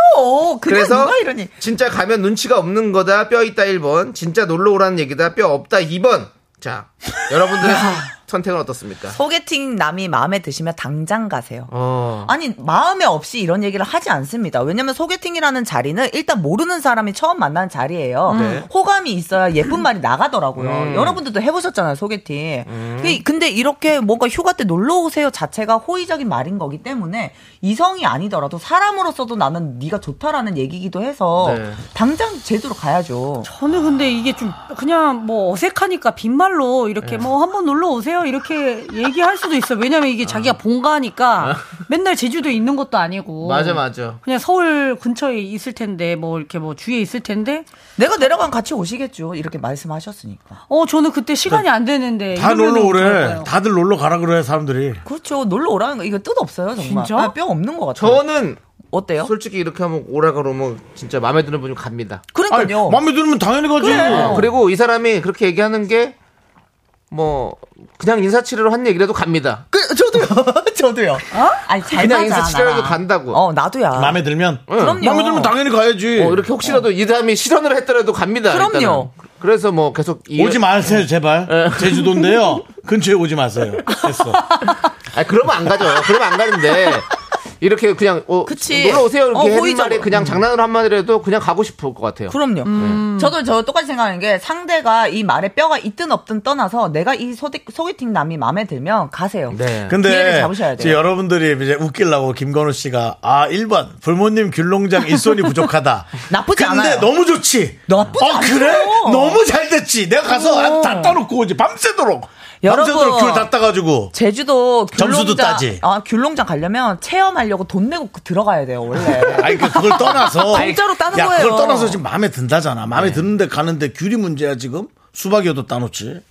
그냥 그래서 누가 이러니. 진짜 가면 눈치가 없는 거다 뼈 있다 1번 진짜 놀러 오라는 얘기다 뼈 없다 2번 자 여러분들의 선택은 어떻습니까? 소개팅 남이 마음에 드시면 당장 가세요. 어 아니 마음에 없이 이런 얘기를 하지 않습니다. 왜냐면 소개팅이라는 자리는 일단 모르는 사람이 처음 만나는 자리예요. 네. 호감이 있어야 예쁜 말이 나가더라고요. 여러분들도 해보셨잖아요 소개팅. 그- 근데 이렇게 뭔가 휴가 때 놀러 오세요 자체가 호의적인 말인 거기 때문에 이성이 아니더라도 사람으로서도 나는 네가 좋다라는 얘기기도 해서 네. 당장 제대로 가야죠. 저는 근데 이게 좀 그냥 뭐 어색하니까 빈말로 네. 이렇게 뭐 한번 놀러 오세요 이렇게 얘기할 수도 있어. 왜냐면 이게 아. 자기가 본가니까 맨날 제주도에 있는 것도 아니고. 맞아 뭐. 맞아 그냥 서울 근처에 있을 텐데 뭐 이렇게 뭐 주위에 있을 텐데 내가 내려가면 같이 오시겠죠. 이렇게 말씀하셨으니까. 어 저는 그때 시간이 안 네. 네. 되는데 다 이러면은 놀러 오래. 어떡할까요? 다들 놀러 가라 그래 사람들이. 그렇죠. 놀러 오라는 거 이거 뜻 없어요 정말. 진짜? 아, 뼈 없는 것 같아요. 저는 어때요? 솔직히 이렇게 하면 오라 그러면 진짜 마음에 드는 분이 갑니다 아니, 그러니까요. 마음에 들면 당연히 가지. 어. 그리고 이 사람이 그렇게 얘기하는 게 뭐 그냥 인사치레로 한 얘기라도 갑니다 그, 저도요. 저도요. 아니, 잘 그냥 맞아, 인사치레라도 나랑. 간다고. 어, 나도야. 마음에 아. 들면 그럼요. 마음에 들면 당연히 가야지. 뭐 어, 이렇게 혹시라도 이 사람이 실언을 했더라도 갑니다 어. 그럼요. 일단은. 그래서 뭐 계속 이- 오지 마세요, 제발. 예. 제주도인데요. 근처에 오지 마세요. 됐어. 아 그러면 안 가죠. 그러면 안 가는데 이렇게 그냥 어, 그치. 놀러 오세요 이렇게 어, 해는 보이죠. 말에 그냥 장난으로 한 마디라도 그냥 가고 싶을 것 같아요. 그럼요. 음. 저도 저 똑같이 생각하는 게 상대가 이 말에 뼈가 있든 없든 떠나서 내가 이 소대, 소개팅 남이 마음에 들면 가세요. 네. 그 기회를 근데 잡으셔야 이제 돼요. 여러분들이 이제 웃기려고 김건우 씨가 아 1번 불모님 귤농장 일손이 부족하다. 나쁘지 근데 않아요. 너무 좋지. 나쁘지 아 그래? 않아요. 어. 너무 잘 됐지. 내가 가서 아, 다 따놓고 오지. 밤새도록. 여러분. 밤새도록 귤 다 따가지고. 제주도 귤농장, 점수도 따지. 아, 귤농장 가려면 체험하려고 돈 내고 그- 들어가야 돼요, 원래. 아니 그러니까 그걸 떠나서 공짜로 따는 야, 거예요. 그걸 떠나서 지금 마음에 든다잖아. 마음에 드는데 가는데 귤이 문제야 지금. 수박이어도 따놓지.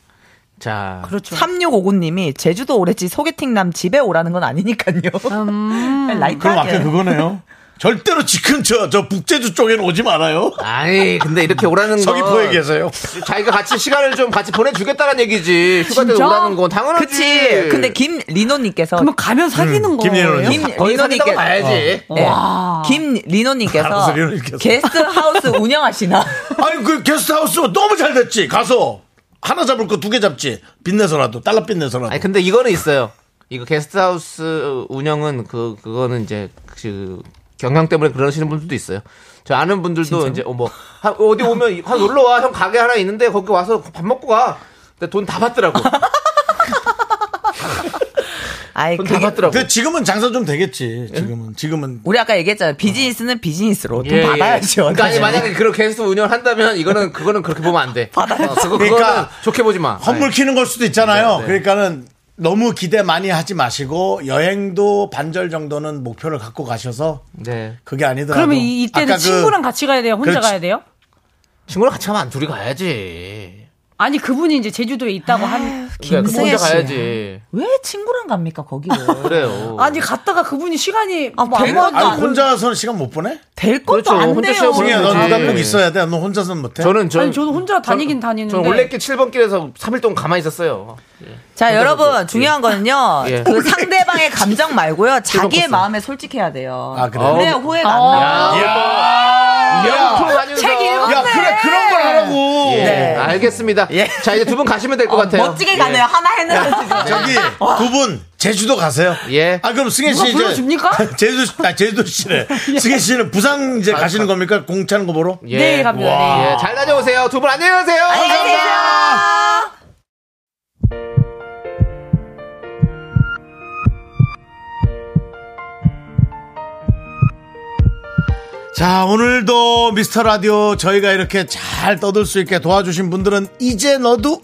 자. 그렇죠. 3659님이 제주도 오랬지 소개팅 남 집에 오라는 건 아니니까요. 음. 라이트하게. 그럼 아까 그거네요. 절대로 지 근처 저 북제주 쪽에는 오지 말아요. 아니 근데 이렇게 오라는 건 서귀포에 계세요. 자기가 같이 시간을 좀 같이 보내주겠다는 얘기지. 휴가 때 진짜? 오라는 건 당연하지. 그치. 근데 김리노님께서. 그럼 가면 사귀는 음, 거예요? 김리노님. 그 거기 사귀다가 어. 봐야지. 와. 네. 김리노님께서. 알아서 리노님께서. 게스트하우스 운영하시나? 아니 그 게스트하우스 너무 잘 됐지. 가서 하나 잡을 거 두 개 잡지. 빚내서라도 달러 빚내서라도. 아니 근데 이거는 있어요. 이거 게스트하우스 운영은 그 그거는 이제 그 경향 때문에 그러시는 분들도 있어요. 저 아는 분들도 이제 어, 뭐 한- 어디 오면 한 놀러 와 형 가게 하나 있는데 거기 와서 밥 먹고 가. 근데 돈 다 받더라고. 아이, 돈 다 받더라고. 예? 근데 그 지금은 장사 좀 되겠지. 지금은 지금은 우리 아까 얘기했잖아요. 비즈니스는 비즈니스로. 돈 예, 예. 받아야죠. 그러니까 아니 만약에 그런 게스트 운영을 한다면 이거는 그거는 그렇게 보면 안 돼. 어, 그거 그거는 그러니까 좋게 보지 마. 선물 키는 걸 수도 있잖아요. 네, 네. 그러니까는 너무 기대 많이 하지 마시고 여행도 반절 정도는 목표를 갖고 가셔서 네. 그게 아니더라도 그러면 이, 아까 이때는 그 친구랑 같이 가야 돼요? 혼자 그렇지. 가야 돼요? 친구랑 같이 가면 안 둘이 가야지. 아니 그분이 이제 제주도에 있다고 한 그러니까 그거 혼자 가야지. 왜 친구랑 갑니까, 거기를? 뭐 그래요. 아니 갔다가 그분이 시간이 아, 아니, 아니, 혼자서는 시간 못 보내? 될 것도 그렇죠. 안 혼자 돼요. 시험 승희야, 넌 보는 거지. 부담력 있어야 돼. 너 혼자서는 못해. 저는 저 아니 저도 혼자 다니긴 다니는데 저는 올레길 7번 길에서 3일 동안 가만히 있었어요. 자, 여러분, 그거. 중요한 거는요. 예. 그 상대방의 감정 말고요. 자기의 뜯어먹었어요. 마음에 솔직해야 돼요. 아, 그래요? 어. 그래야 후회가 안 나요. 야, 명품 아니면서. 아. 책 읽었네. 야, 그래 그런 걸 하라고. 예, 네. 알겠습니다. 예. 자, 이제 두 분 가시면 될 것 같아요. 어, 예. 멋지게 가네요. 하나 해내는 아. 저기 두 분 제주도 가세요. 예. 아 그럼 승혜 씨 누가 이제 불러줍니까? 예. 제주도 씨- 아 제주도 씨래. 승혜 씨는 부산 이제 가시는 겁니까? 공차는 거 보러? 예. 내일 네, 갑니다, 와. 예, 잘 다녀오세요. 두 분 안녕히 가세요. 자, 오늘도 미스터 라디오 저희가 이렇게 잘 떠들 수 있게 도와주신 분들은 이제 너도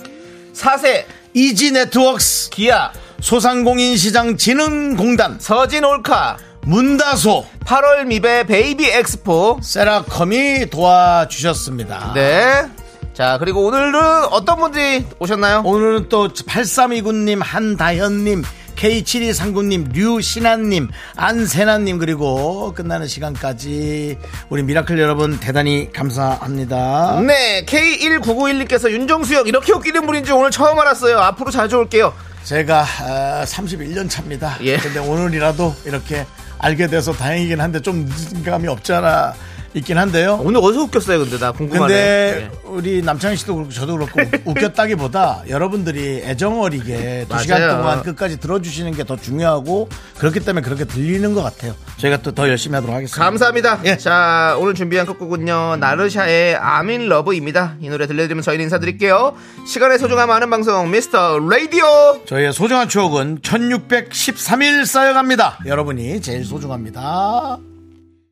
사세 이지 네트웍스 기아 소상공인 시장 진흥공단 서진 올카 문다소 8월 미배 베이비 엑스포. 세라컴이 도와주셨습니다. 네. 자, 그리고 오늘은 어떤 분들이 오셨나요? 오늘은 또 8329님, 한다현님, K7239님, 류신한님, 안세나님, 그리고 끝나는 시간까지 우리 미라클 여러분 대단히 감사합니다. 네, K1991님께서 윤정수 형 이렇게 웃기는 분인지 오늘 처음 알았어요. 앞으로 자주 올게요. 제가 아, 31년 차입니다. 예. 근데 오늘이라도 이렇게 알게 돼서 다행이긴 한데 좀 늦은 감이 없지 않아 있긴 한데요. 아, 오늘 어디서 웃겼어요, 근데 나 궁금하네. 근데 예. 우리 남창희 씨도 그렇고 저도 그렇고 웃겼다기보다 여러분들이 애정 어리게 두 맞아요. 시간 동안 끝까지 들어주시는 게 더 중요하고 그렇기 때문에 그렇게 들리는 것 같아요. 저희가 또 더 열심히 하도록 하겠습니다. 감사합니다. 예. 자, 오늘 준비한 끝곡은요. 나르샤의 아민 러브입니다. 이 노래 들려드리면 저희는 인사드릴게요. 시간의 소중함 아는 방송 미스터 라디오. 저희의 소중한 추억은 1613일 쌓여갑니다. 여러분이 제일 소중합니다.